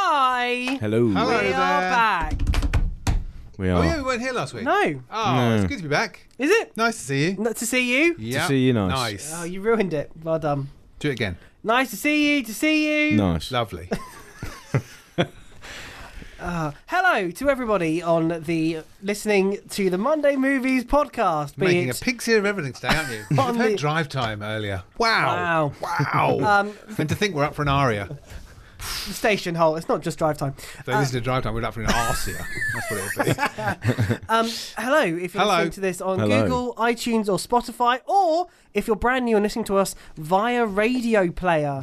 Hi. Hello. We Hello. are there. back. We Oh are. yeah, we weren't here last week. No. Oh, No. it's good to be back. Is it? Nice to see you. Not to see you? Yeah. see you, nice. Nice. Oh, you ruined it. Well done. Do it again. Nice to see you. To see you. Nice. Lovely. Uh, hello to everybody on the listening to the Monday Movies podcast. Be Making a it- pig's ear of everything today, aren't you? You've On heard the- drive time earlier. Wow. Wow. Wow. Um, and to think we're up for an aria. Station hole. It's not just drive time. Though this is a drive time, we're up for an arsia. That's what it would be. Um, hello, if you're Hello. listening to this on Hello. Google, iTunes, or Spotify, or if you're brand new and listening to us via radio player.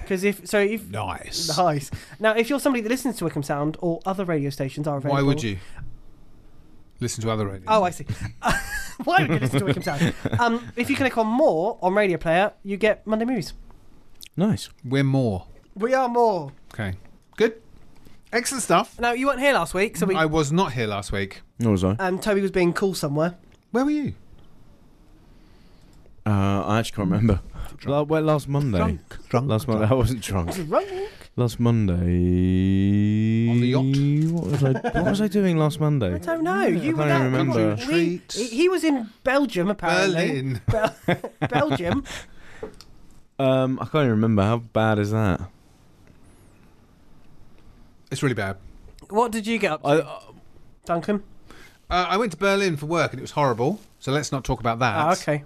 Because if so, if Nice. nice. Now, if you're somebody that listens to Wickham Sound or other radio stations are available, Why would you? Listen to other radio. Oh, I see. Why would you listen to Wickham Sound? Um, if you click on more on Radio Player, you get Monday movies. Nice. We're more. We are more. Okay. Good. Excellent stuff. Now you weren't here last week, so we I was not here last week. Nor was I. and Toby was being cool somewhere. Where were you? Uh, I actually can't remember. La- well, last Monday. Drunk. Last Monday. I wasn't drunk. Drunk. Last Monday. On the yacht. What was I, what was I doing last Monday? I don't know. You I were don't out- remember. we- Treats. he, he was in Belgium apparently. Berlin. Bel- Belgium. Um, I can't even remember. How bad is that? It's really bad. What did you get up, to, I, uh, Duncan? Uh, I went to Berlin for work and it was horrible. So let's not talk about that. Ah, okay.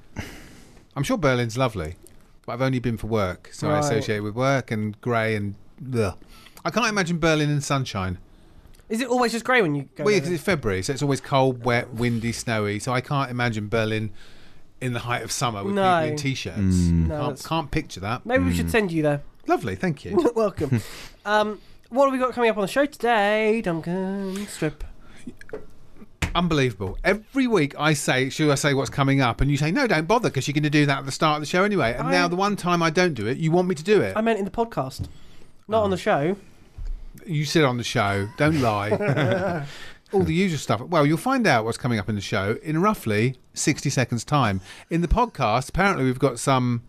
I'm sure Berlin's lovely, but I've only been for work, so I Right. associate with work and grey and. Ugh. I can't imagine Berlin in sunshine. Is it always just grey when you go? Well, there yeah, 'cause then? it's February, so it's always cold, wet, windy, snowy. So I can't imagine Berlin in the height of summer with No. people in t-shirts. No, can't, it's- can't picture that. Maybe we Hmm. should send you there. Lovely, thank you. Welcome. um, what have we got coming up on the show today, Duncan? Uh, Strip. Unbelievable. Every week I say, should I say what's coming up? And you say, no, don't bother, because you're going to do that at the start of the show anyway. And I- now the one time I don't do it, you want me to do it. I meant in the podcast, not on the show. You sit on the show. Don't lie. All the usual stuff. Well, you'll find out what's coming up in the show in roughly 60 seconds' time. In the podcast, apparently, we've got some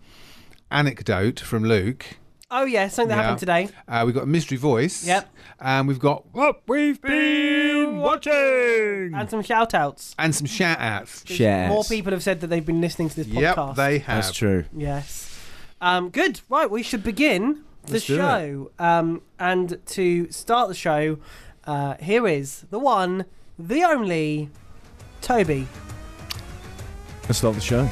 anecdote from Luke. Oh yeah, something that Yeah. happened today. Uh, we've got a mystery voice. Yep. And we've got what we've been watching. And some shout outs. And some shout outs. Shares. More people have said that they've been listening to this Yep, podcast. they have. That's true. Yes. Um, good. Right, we should begin the Let's do show. Um, and to start the show, uh, here is the one, the only, Toby. Let's start the show.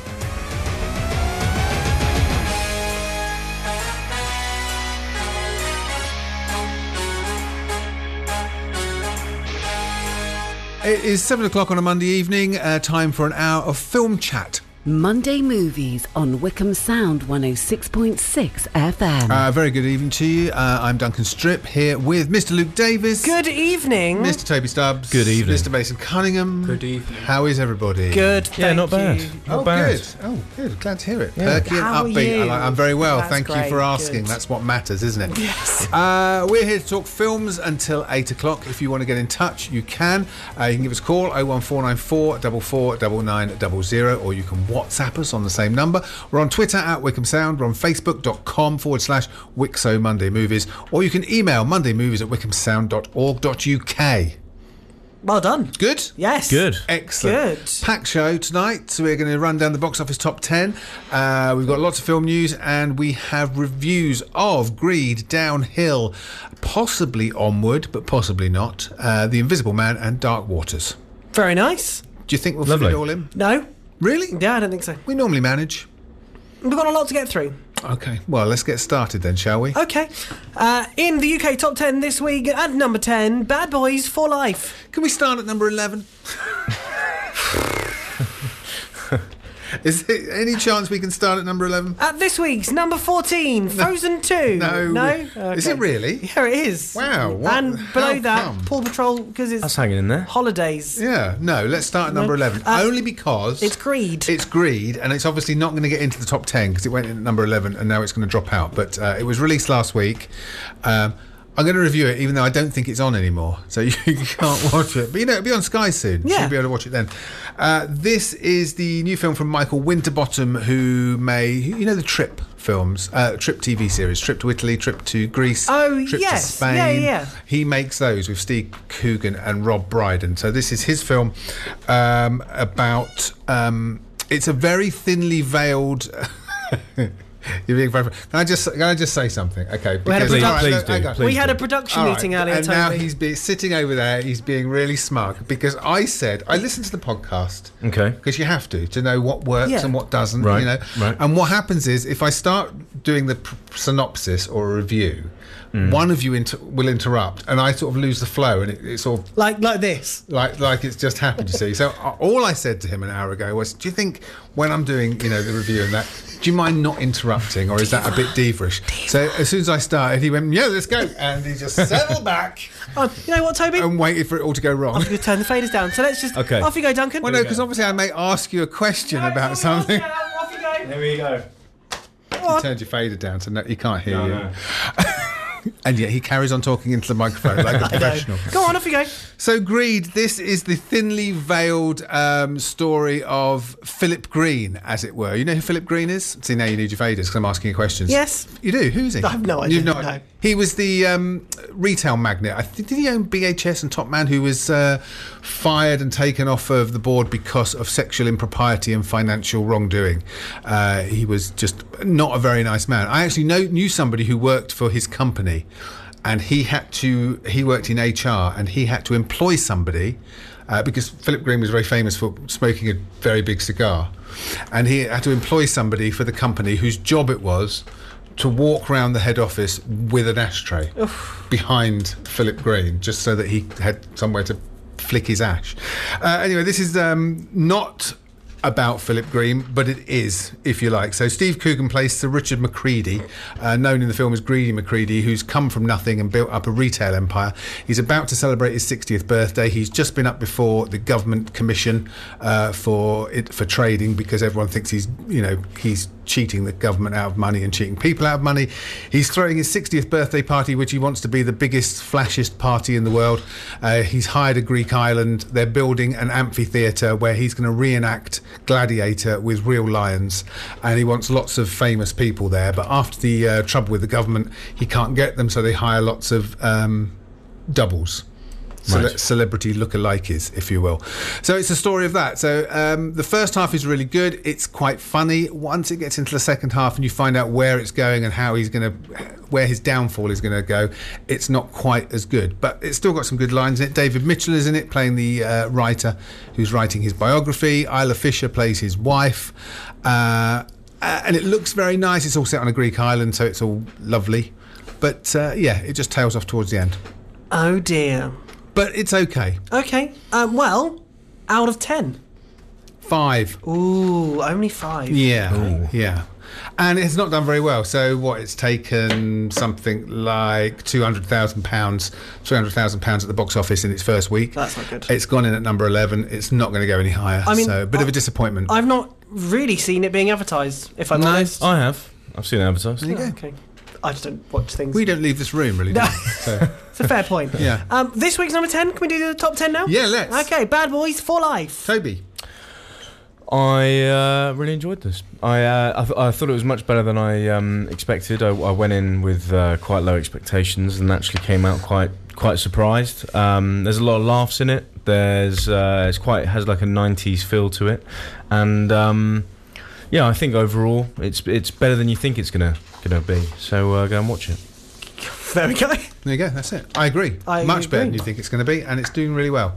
It is seven o'clock on a Monday evening, uh, time for an hour of film chat. Monday Movies on Wickham Sound 106.6 FM. Uh, very good evening to you. Uh, I'm Duncan Strip here with Mr. Luke Davis. Good evening. Mr. Toby Stubbs. Good evening. Mr. Mason Cunningham. Good evening. How is everybody? Good. Thank Yeah, not bad. you. Not oh, bad. good. Oh, good. Glad to hear it. Perky and How are upbeat. I you? like, I'm very well. That's Thank you great. for asking. Good. That's what matters, isn't it? Yes. Uh, we're here to talk films until eight o'clock. If you want to get in touch, you can. Uh, you can give us a call 01494 449900 or you can WhatsApp us on the same number. We're on Twitter at Wickham Sound. We're on Facebook.com forward slash Wixo Monday Movies. Or you can email Monday Movies at wickhamsound.org.uk. Well done. Good? Yes. Good. Excellent. Good. Pack show tonight. So we're going to run down the box office top 10. Uh, we've got lots of film news and we have reviews of Greed, Downhill, possibly Onward, but possibly not, uh, The Invisible Man and Dark Waters. Very nice. Do you think we'll Lovely. fit it all in? No. Really? Yeah, I don't think so. We normally manage. We've got a lot to get through. Okay. Well, let's get started then, shall we? Okay. Uh, in the UK top 10 this week, at number 10, Bad Boys for Life. Can we start at number 11? Is there any chance we can start at number 11? At this week's number 14, Frozen 2. No. No? Is it Okay. really? Yeah, it is. Wow, what- and how below that, come? Paw Patrol, because it's That's hanging in there. holidays. Yeah, no, let's start at number 11. Uh, Only because It's Greed. it's greed, and it's obviously not going to get into the top 10 because it went in at number 11 and now it's going to drop out. But uh, it was released last week. Um, I'm going to review it even though I don't think it's on anymore. So you can't watch it. But you know, it'll be on Sky soon. Yeah. You'll be able to watch it then. Uh, this is the new film from Michael Winterbottom, who may, you know, The Trip films, uh, trip TV series, trip to Italy, trip to Greece, Oh, trip to yes. Spain. Yeah, yeah. He makes those with Steve Coogan and Rob Brydon. So this is his film um, about. Um, it's a very thinly veiled. You're being very. Can I just can I just say something? Okay. We had a because- production- all right, Please do, hang on. please we had do. a production All right, meeting earlier, and Toby. now he's be, sitting over there. He's being really smug because I said I listened to the podcast Okay. because you have to to know what works Yeah. and what doesn't. Right, You know, right. and what happens is if I start doing the p- synopsis or a review, Hmm. one of you inter- will interrupt, and I sort of lose the flow, and it, it sort of like like this. like like it's just happened. You see, so uh, all I said to him an hour ago was, "Do you think when I'm doing you know the review and that, do you mind not interrupting, or is that a bit diva-ish?" So as soon as I started, he went, "Yeah, let's go," and he just settled back Oh, you know what, Toby? and waited for it all to go wrong. After you turn the faders down. So let's just Okay. off you go, Duncan. Well, no, because obviously I may ask you a question about something. Off you go. There we go. You turned your fader down, so no, he can't hear you. no. And yet he carries on talking into the microphone like a professional. Go on, off you go. So, Greed, this is the thinly veiled um, story of Philip Green, as it were. You know who Philip Green is? See, now you need your faders because I'm asking you questions. Yes. You do? Who's he? I have no You idea, no no. He was the um, retail magnate. I think, did he own BHS and Top Man, who was uh, fired and taken off of the board because of sexual impropriety and financial wrongdoing? Uh, he was just not a very nice man. I actually know, knew somebody who worked for his company, and he had to. He worked in HR, and he had to employ somebody. Uh, because Philip Green was very famous for smoking a very big cigar, and he had to employ somebody for the company whose job it was to walk round the head office with an ashtray behind Philip Green, just so that he had somewhere to flick his ash. Uh, anyway, this is um, not about Philip Green, but it is, if you like. So Steve Coogan plays Sir Richard Macready, uh, known in the film as Greedy Macready, who's come from nothing and built up a retail empire. He's about to celebrate his 60th birthday. He's just been up before the government commission uh, for it, for trading because everyone thinks he's, you know, he's cheating the government out of money and cheating people out of money. He's throwing his 60th birthday party, which he wants to be the biggest, flashiest party in the world. Uh, he's hired a Greek island. They're building an amphitheatre where he's going to reenact Gladiator with real lions. And he wants lots of famous people there. But after the uh, trouble with the government, he can't get them, so they hire lots of um, doubles cele- celebrity lookalikes, if you will. So it's a story of that. So um, the first half is really good. It's quite funny. Once it gets into the second half and you find out where it's going and how he's going to, where his downfall is going to go, it's not quite as good. But it's still got some good lines in it. David Mitchell is in it, playing the uh, writer who's writing his biography. Isla Fisher plays his wife. Uh, uh, and it looks very nice. It's all set on a Greek island, so it's all lovely. But uh, yeah, it just tails off towards the end. Oh dear. But it's okay. Okay. Um, well, out of ten. Five. Ooh, only five. Yeah. Yeah. And it's not done very well. So what? It's taken something like two hundred thousand pounds, three hundred thousand pounds at the box office in its first week. That's not good. It's gone in at number eleven. It's not going to go any higher. I mean, so a bit of I- a disappointment. I've not really seen it being advertised. If I'm honest. I have. I've seen it advertised. Oh, okay. I just don't watch things. we don't leave this room, really. Do we? so, It's a fair point. Yeah. Um, this week's number ten. Can we do the top ten now? Yeah, let's. Okay. Bad Boys for Life. Toby, I uh, really enjoyed this. I, uh, I, th- I thought it was much better than I um, expected. I, I went in with uh, quite low expectations and actually came out quite quite surprised. Um, there's a lot of laughs in it. There's uh, it's quite it has like a '90s feel to it, and um, yeah, I think overall it's it's better than you think it's gonna gonna be. So uh, go and watch it. There we go. there you go. That's it. I agree. I Much better than agree. you think it's going to be, and it's doing really well.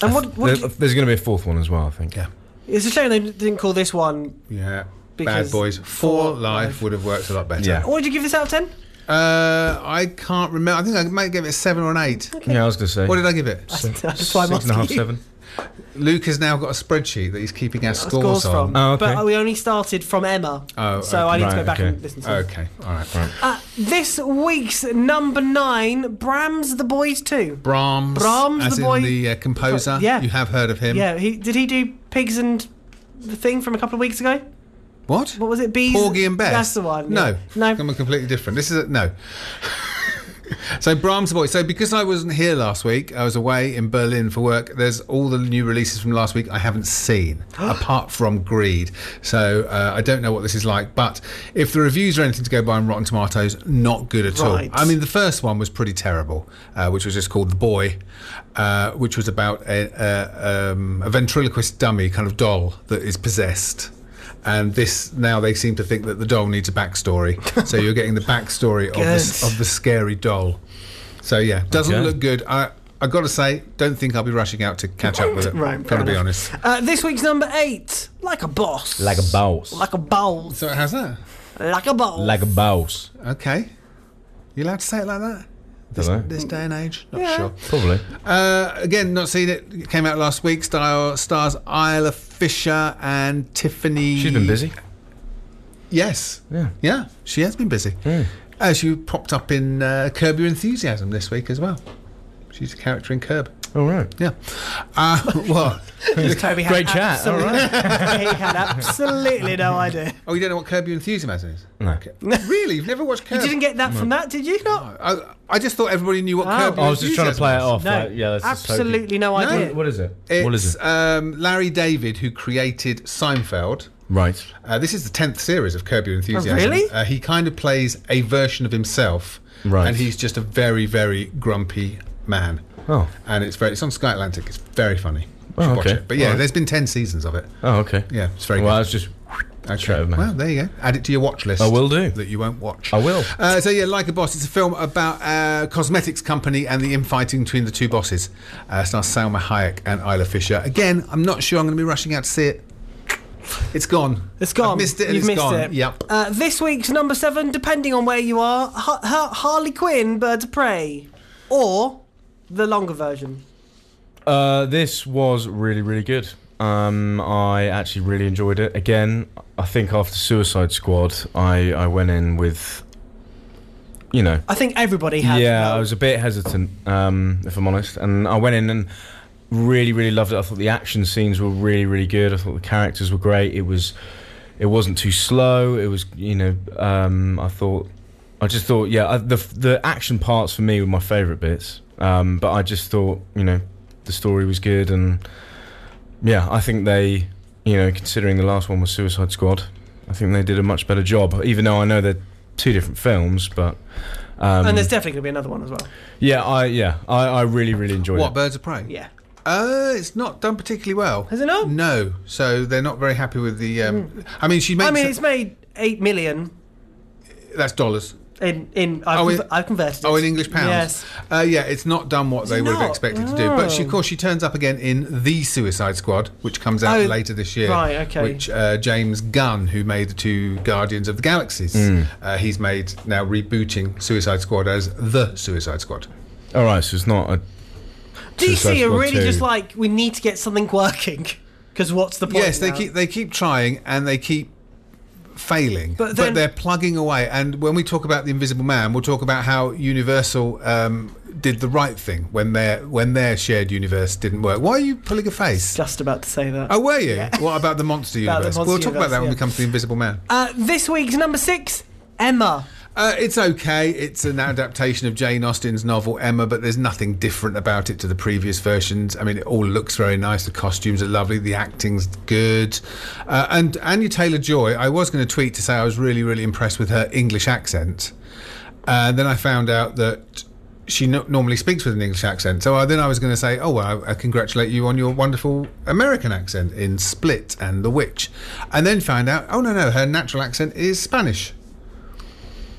And what? what There's, do you- there's gonna be a fourth one as well. I think. Yeah. it's a shame they didn't call this one. Yeah. Because Bad Boys For for Life Life. would have worked a lot better. Yeah. What would you give this out of ten? Uh, I can't remember. I think I might give it a seven or an eight. Yeah, I was gonna say. What did I give it? That's why I'm Six and a half, asking you. seven. Luke has now got a spreadsheet that he's keeping our Got scores, Scores on. from, Oh, okay. but we only started from Emma, Oh, so I need to okay. go back Right, and okay. listen to. it. Okay, all right. Right. Uh, this week's number nine, Brams the Boys Two. Brahms, Brahms, as the in boy- the uh, composer. Yeah. you have heard of him. Yeah, he did he do Pigs and the thing from a couple of weeks ago? What? What was it? Bees. Porgy and Bess. That's the one. No, yeah. No. someone completely different. This is a, no. So Brahms the Boy. So because I wasn't here last week, I was away in Berlin for work. There's all the new releases from last week I haven't seen, apart from Greed. So uh, I don't know what this is like. But if the reviews are anything to go by on Rotten Tomatoes, not good at Right. all. I mean, the first one was pretty terrible, uh, which was just called The Boy, uh, which was about a, a, um, a ventriloquist dummy kind of doll that is possessed. And this now they seem to think that the doll needs a backstory, so you're getting the backstory of the, Good. of the scary doll. So yeah, doesn't Okay. look good. I I gotta say, don't think I'll be rushing out to catch up with it. Right, fair gotta be enough. honest. Uh, this week's number eight, like a boss, Like a boss. like a boss, So how's that? like a boss, Like a boss. Okay, you allowed to say it like that? This, Dunno. this day and age, not sure. Probably. Uh, again, not seen it. it. Came out last week. Style stars Isla Fisher and Tiffany. She's been busy. Yes. Yeah. Yeah, she has been busy. Hmm. Uh, she popped up in uh, Curb Your Enthusiasm this week as well. She's a character in Curb. All right. Yeah. Uh, what? Toby had Great chat. All absolutely- right. he had absolutely no idea. Oh, you don't know what Curb Your Enthusiasm is? No. Okay. really? You've never watched Mm. You Curb? didn't get that from that, did you? Not. I, I just thought everybody knew what Oh. Curb Your I was just trying to Enthusiasm play it was. off. No, like, yeah, that's just hokey. absolutely no idea. What- what is it? It's what is it? Um, Larry David who created Seinfeld. right. Uh, this is the tenth series of Curb Your Enthusiasm. Oh, really? Uh, he kind of plays a version of himself, Right. And he's just a very, very grumpy man. Oh. And it's very—it's on Sky Atlantic. It's very funny. You Oh, should watch okay. it. But yeah, Alright. there's been ten seasons of it. Oh, okay. Yeah, it's very Well, I good. was just. Okay. over, man. Well, there you go. Add it to your watch list. I will do. That you won't watch. I will. Uh, so yeah, like a boss. It's a film about a cosmetics company and the infighting between the two bosses. Uh, it stars Salma Hayek and Isla Fisher. Again, I'm not sure I'm going to be rushing out to see it. It's gone. It's gone. I've missed it. And You've it's missed gone. it. Yep. Uh, this week's number seven, depending on where you are, ha- ha- Harley Quinn, Birds of Prey, or the longer version. Uh, this was really, really good. Um, I actually really enjoyed it. Again, I think after Suicide Squad, I, I went in with, you know, I think everybody has. yeah, that. I was a bit hesitant, um, if I'm honest. And I went in and really, really loved it. I thought the action scenes were really, really good. I thought the characters were great. It was, it wasn't too slow. It was, you know, um, I thought, I just thought, yeah, I, the the action parts for me were my favourite bits. Um, but I just thought, you know, the story was good, and yeah, I think they, you know, considering the last one was Suicide Squad, I think they did a much better job. Even though I know they're two different films, but. Um, and there's definitely gonna be another one as well. yeah, I yeah, I, I really really enjoyed What it. Birds of Prey? Yeah. Uh, it's not done particularly well. Has it not? Mm. No. So they're not very happy with the. Um, I mean, she makes. I mean, it's made eight million that's dollars. in in. I've, Oh, conv- it- I've converted. Oh, it. in English pounds. Yes. Uh, yeah, it's not done what they would have not? expected to do. But she, of Oh. course, she turns up again in The Suicide Squad, which comes out Oh, later this year. right, okay. Which uh, James Gunn, who made the two Guardians of the Galaxies, uh, he's made now rebooting Suicide Squad as The Suicide Squad. All right, so it's not a Suicide DC are Squad really two. just like we need to get something working because what's the point? yes, they now? keep they keep trying and they keep failing, But then- they're plugging away. And when we talk about the Invisible Man, we'll talk about how Universal um, did the right thing when their when their shared universe didn't work. Why are you pulling a face? Just about to say that. Oh, were you? What about the monster About the universe? monster we'll talk universe, about that when we yeah. come to the Invisible Man. Uh, this week's number six, Emma. Uh, it's okay. It's an adaptation of Jane Austen's novel Emma, but there's nothing different about it to the previous versions. I mean, it all looks very nice. The costumes are lovely. The acting's good. Uh, and Anya Taylor Joy, I was going to tweet to say I was really, really impressed with her English accent. And Uh, then I found out that she no- normally speaks with an English accent. So I, then I was going to say, oh, well, I, I congratulate you on your wonderful American accent in Split and The Witch. And then found out, oh, no, no, her natural accent is Spanish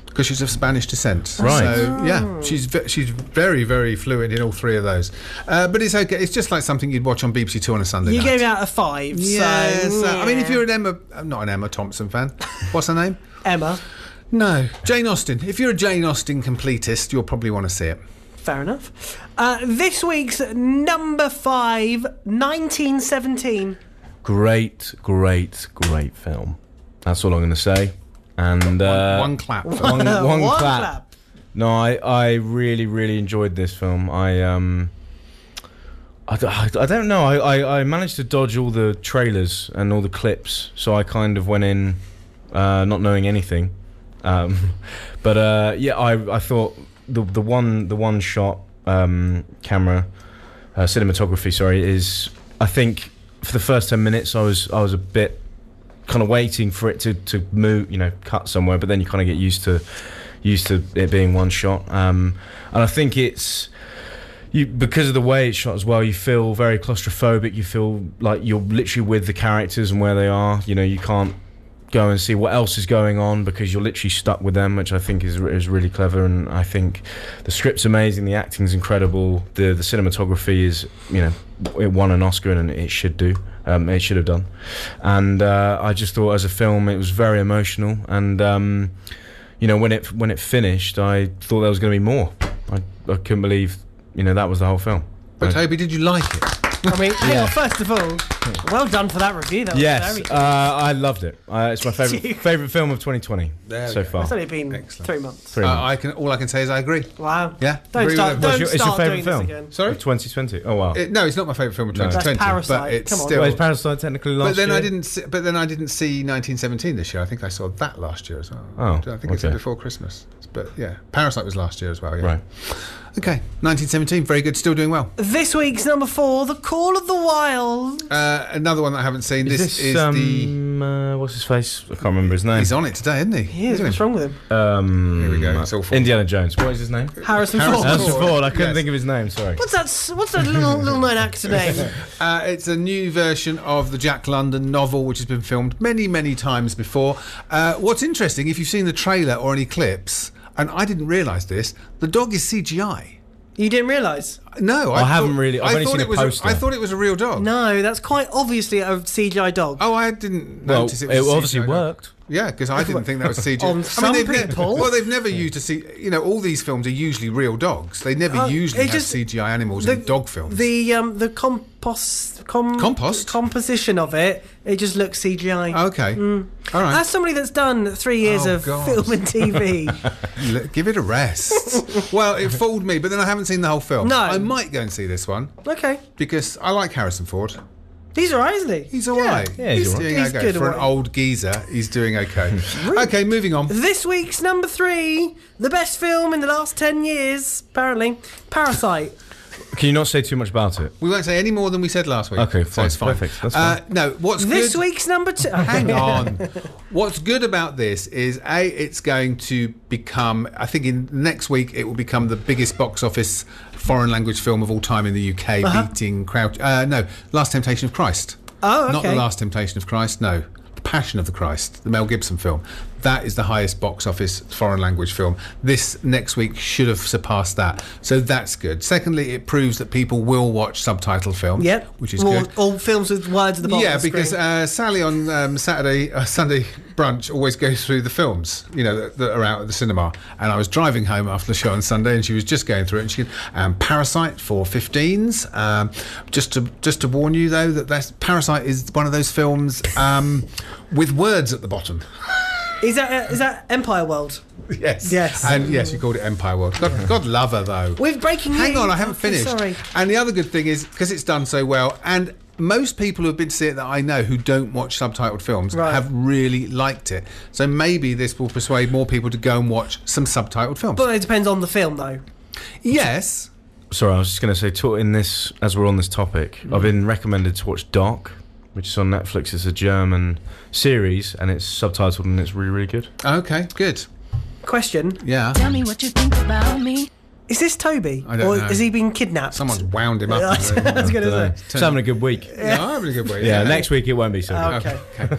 because she's of Spanish descent. Right. So yeah, she's ve- she's very very fluent in all three of those. Uh, but it's okay. It's just like something you'd watch on BBC Two on a Sunday You night. gave out a five. yeah, so, so- uh, I mean, if yeah. you're an Emma, I'm not an Emma Thompson fan. What's her name? Emma, No, Jane Austen. If you're a Jane Austen completist, you'll probably want to see it. fair enough. Uh, this week's number five, 1917. great, great, great film. That's all I'm going to say. And uh, One clap. for- one- one Oh, One clap. clap. No, I, I really really enjoyed this film. I um. I, d- I d- I don't know. I, I, I managed to dodge all the trailers and all the clips, so I kind of went in uh, not knowing anything. Um, but uh, yeah, I, I thought the the one the one shot um, camera uh, cinematography. Sorry, is I think for the first ten minutes I was I was a bit kind of waiting for it to to move, you know, cut somewhere. But then you kind of get used to used to it being one shot. Um, and I think it's you because of the way it's shot as well. You feel very claustrophobic. You feel like you're literally with the characters and where they are. You know, you can't go and see what else is going on because you're literally stuck with them, which I think is is really clever. And I think the script's amazing, the acting's incredible, the the cinematography is you know it won an Oscar and it should do. Um, it should have done. And uh, I just thought as a film, it was very emotional. And um, you know when it when it finished, I thought there was going to be more. I, I couldn't believe you know that was the whole film. But I- Toby, did you like it? I mean, hang Yeah. on, first of all, well done for that review. That was Yes, very uh, I loved it. Uh, it's my you? favorite favorite film of 2020 There we so go. far. It's only been Excellent. three months. Three Uh, months. I can. All I can say is I agree. Wow. Yeah, Don't agree start, with that. don't It's your- it's your start doing favourite this film? again. Sorry. Of 2020. Oh wow. It, Uh, no, it's not my favourite film of No. That's 2020, but Parasite. it's Come on. still. well, is Parasite technically last but then year? I didn't. See, but then I didn't see 1917 this year. I think I saw that last year as well. Oh, I think it's okay. before Christmas. But yeah, Parasite was last year as well. Yeah. Right. Okay, 1917, very good, still doing well. This week's number four, The Call of the Wild. Uh, another one that I haven't seen. Is This, this, is the. um, uh, what's his face? I can't remember his name. He's on it today, isn't he? He is. Isn't What's wrong with him? Um, Here we go, it's awful. Indiana Jones. What is his name? Harrison Harrison Ford. Ford. Harrison Ford. I couldn't Yes. think of his name. Sorry. What's that? s- What's that little little known actor name? Uh, it's a new version of the Jack London novel, which has been filmed many, many times before. Uh, what's interesting, if you've seen the trailer or any clips, and I didn't realise this, the dog is CGI. You didn't realise? No, I, I haven't thought- really- I've I only thought seen it a was poster. I thought it was a real dog. No, that's quite obviously a CGI dog. Oh, I didn't Well, notice it, it. Was a obviously CGI dog. worked. Yeah, because I didn't think that was CGI. On I mean, some they've ne- people. well, they've never used a C. You know, all these films are usually real dogs. They never Uh, usually it have just- CGI animals in dog films. The um the compost com- Compost? composition of it, it just looks CGI. okay, all right, As somebody Mm. that's done three years Oh, of God. film and TV, L- give it a rest. well, it fooled me, but then I haven't seen the whole film. No. I might go and see this one okay, because I like Harrison Ford. he's alright, isn't he? He's all right. yeah, he's all right. doing He's okay good for an all right. old geezer. He's doing okay. okay, moving on. This week's number three, the best film in the last ten years, apparently, Parasite. Can you not say too much about it? We won't say any more than we said last week. Okay, So fine. it's fine. Perfect. That's uh, no, what's This good- week's number two. Hang on. What's good about this is a it's going to become I think in next week it will become the biggest box office foreign language film of all time in the UK, beating Crouch. Uh, no, Last Temptation of Christ. Uh-huh. Oh, Not the okay. Last Temptation of Christ. No, The Passion of the Christ, the Mel Gibson film. That is the highest box office foreign language film. This next week should have surpassed that, so that's good. Secondly, it proves that people will watch subtitle films, Yep. which is Or- good. All films with words at the bottom. Yeah, of the because screen. uh, Sally on um, Saturday uh, Sunday brunch always goes through the films, you know, that, that are out at the cinema. And I was driving home after the show on Sunday, and she was just going through it. And she, um, Parasite for 15s. Um, just to just to warn you though that that's, Parasite is one of those films um, with words at the bottom. is that uh, is that Empire World? yes, Yes. and yes, you called it Empire World. God, God love her though. With breaking Hang news. on, I haven't I'm finished. Sorry. And the other good thing is because it's done so well, and most people who have been to see it that I know who don't watch subtitled films Right. have really liked it. So maybe this will persuade more people to go and watch some subtitled films. But it depends on the film, though. yes. Sorry, I was just going to say, to, in this, as we're on this topic, Mm-hmm. I've been recommended to watch Dark, which is on Netflix. It's a German series, and it's subtitled, and it's really, really good. Okay. Good. Question: Yeah. Tell me what you think about me. Is this Toby, I don't or know. has he been kidnapped? Someone's wound him I up. was going to say. It's having a good week. Yeah, No, I'm having a good week. next week it won't be so good. Okay.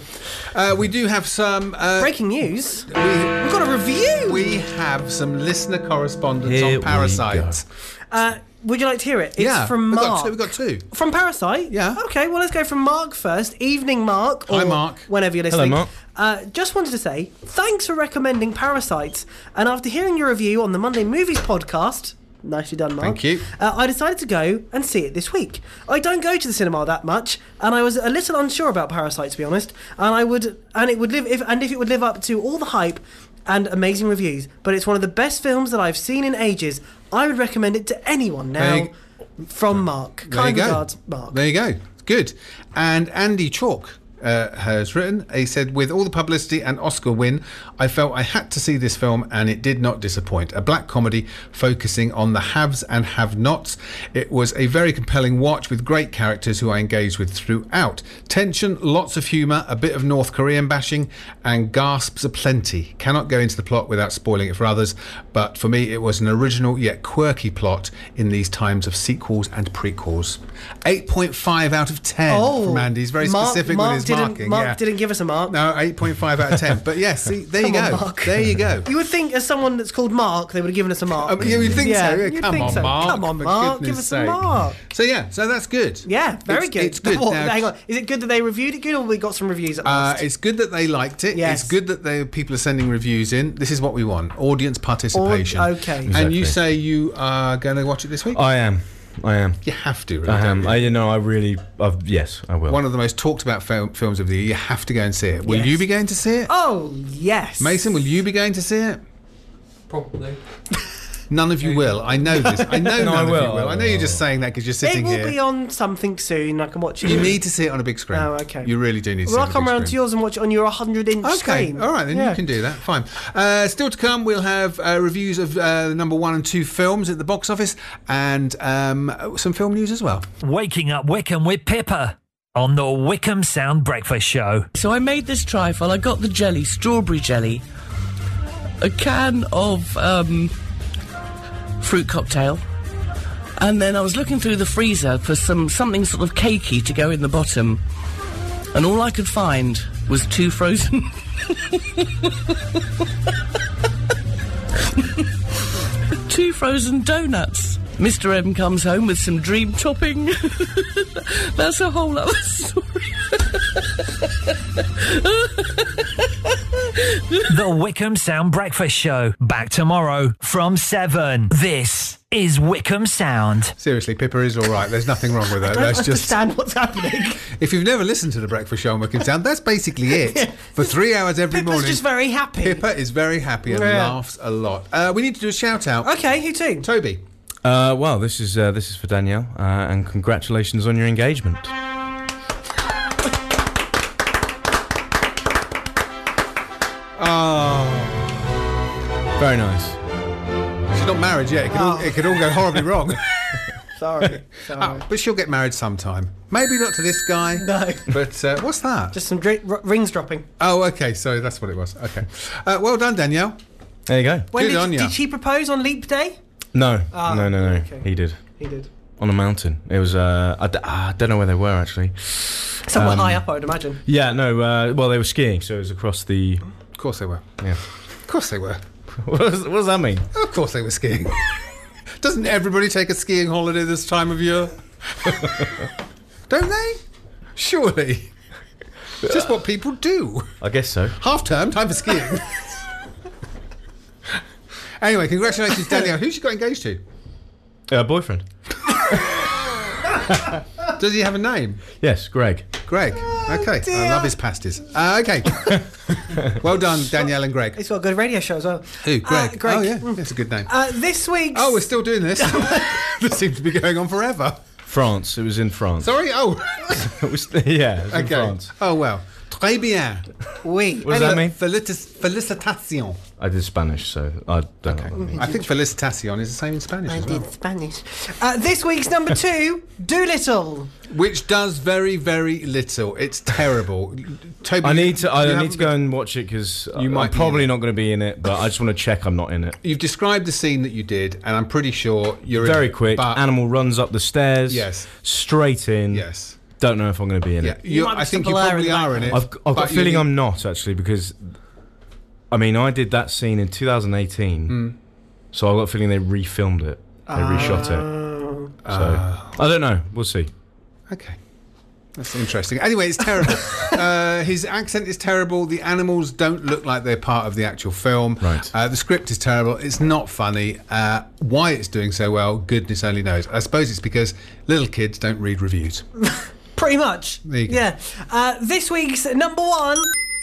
Uh, we do have some. Uh, Breaking news. We've we- got a review. We have some listener correspondence Here on we Parasite. Uh, would you like to hear it? It's Yeah, from we've Mark. got two- we've got two. From Parasite? Yeah. Okay, well, let's go from Mark first. Evening, Mark. Hi, or Mark. Whenever you're listening. Mark. Uh, just wanted to say thanks for recommending Parasite. And after hearing your review on the Monday Movies podcast, nicely done, Mark. Thank you. Uh, I decided to go and see it this week. I don't go to the cinema that much, and I was a little unsure about Parasite, to be honest. And I would, and it would live if, and if it would live up to all the hype and amazing reviews. But it's one of the best films that I've seen in ages. I would recommend it to anyone now. There you- from Mark. There you Kind go. regards, Mark. There you go. Good. And Andy Chalk uh, has written. He said, With all the publicity and Oscar win, I felt I had to see this film and it did not disappoint. A black comedy focusing on the haves and have nots. It was a very compelling watch with great characters who I engaged with throughout. Tension, lots of humour, a bit of North Korean bashing, and gasps aplenty. Cannot go into the plot without spoiling it for others, but for me, it was an original yet quirky plot in these times of sequels and prequels. 8.5 out of 10 from Andy. He's very Oh, Mark- specific Mark with his didn't, marking. Mark yeah. didn't give us a mark. No, 8.5 out of 10. But yes, see, there you Come on, go. Mark. There you go. You would think, as someone that's called Mark, they would have given us a mark. I mean, you would think Yeah, so. Yeah, you'd come think on, so. Mark. Come on, for Mark, goodness give us a sake. mark. So yeah, so that's good. Yeah, very It's- good. It's good. What- Now, hang on, is it good that they reviewed it good, or we got some reviews at Uh, last? it's good that they liked it. Yes. It's good that they, people are sending reviews in. This is what we want: audience participation. Aud- okay. And you Exactly. say you are going to watch it this week? I am. I am. you have to. Really, I don't am. you? I, you know, I really. I've, yes, I will. One of the most talked about film, films of the year. You have to go and see it. Will Yes. you be going to see it? oh yes, Mason, will you be going to see it? Probably. None of you will. I know this. I know No, I none of you will. will. I know you're just saying that because you're It sitting will here. be on something soon. I can watch it. you need to see it on a big screen. Oh, okay. You really do need to Well, see I'll it on come a big round to screen. yours and watch it on your 100 inch Okay, screen. all right, then Yeah. you can do that. Fine. Uh, still to come, we'll have uh, reviews of uh, the number one and two films at the box office and um, some film news as well. Waking Up Wickham with Pippa on the Wickham Sound Breakfast Show. So I made this trifle. I got the jelly, strawberry jelly, a can of um, fruit cocktail, and then I was looking through the freezer for some something sort of cakey to go in the bottom, and all I could find was two frozen. Two frozen donuts. Mr. M comes home with some dream topping. That's a whole other story. The Wickham Sound Breakfast Show. Back tomorrow from 7. This is Wickham Sound. Seriously, Pippa is all right. There's nothing wrong with her. I don't That's just understand what's happening. if you've never listened to the Breakfast Show on Wickham Sound, that's basically it for three hours every Pippa's morning. just very happy. Pippa is very happy and Yeah. laughs a lot. Uh, we need to do a shout out. Okay, who too? Toby. Uh, well, this is uh, this is for Danielle, uh, and congratulations on your engagement. Oh, Very nice. she's not married yet. It could, Oh. all, it could all go horribly wrong. Sorry. Sorry. but she'll get married sometime. Maybe not to this guy. No. But uh, what's that? Just some dri- r- rings dropping. Oh, okay. Sorry, that's what it was. Okay. Uh, well done, Danielle. There you go. When Good did, on ya. did she propose on Leap Day? No, Ah, no, no, no. okay. He did He did. on a mountain. It was. Uh, I, d- ah, I don't know where they were actually. Um, Somewhere high up, I would imagine. Yeah, no. Uh, well, they were skiing, so it was across the. Of course they were. Yeah. Of course they were. What does, what does that mean? Of course they were skiing. Doesn't everybody take a skiing holiday this time of year? Don't they? Surely. It's just what people do. I guess so. Half term, time for skiing. anyway, congratulations, Danielle. Who she got engaged to? Uh, boyfriend. Does he have a name? Yes, Greg. Greg. Okay. I love his pasties. Uh, okay. well done, Danielle and Greg. He's got a good radio show as well. Who? Greg. Uh, Greg. Oh, yeah. Mm. That's a good name. Uh, this week's. Oh, we're still doing this. this seems to be going on forever. France. It was in France. Sorry. Oh, It was- yeah. It was in okay. France. Oh well. Très bien. uh, we. What does that mean? Felicis- felicitation. I did Spanish, so I don't know. What that means. I think felicitation is the same in Spanish I as well. did Spanish. Uh, this week's number two, Doolittle. Which does very, very little. It's terrible. Toby, I need to. you I need haven't to go and watch it because You I'm might be probably in not going to be in it. But I just want to check I'm not in it. been- You've described the scene that you did, and I'm pretty sure you're in Very it, quick. But Animal runs up the stairs. Yes. Straight in. Yes. Don't know if I'm going to be in Yeah. it. You might be I think you just a blur in probably the are in background. I've, it. I've got but a you feeling need- I'm not actually because, I mean, I did that scene in 2018, Hmm. so I got a feeling they refilmed it. They reshot it. Oh. So I don't know. We'll see. Okay. That's interesting. Anyway, it's terrible. uh, his accent is terrible. The animals don't look like they're part of the actual film. Right. Uh, the script is terrible. It's not funny. Uh, why it's doing so well, goodness only knows. I suppose it's because little kids don't read reviews. Pretty much. There you go. Yeah. Uh, this week's number one,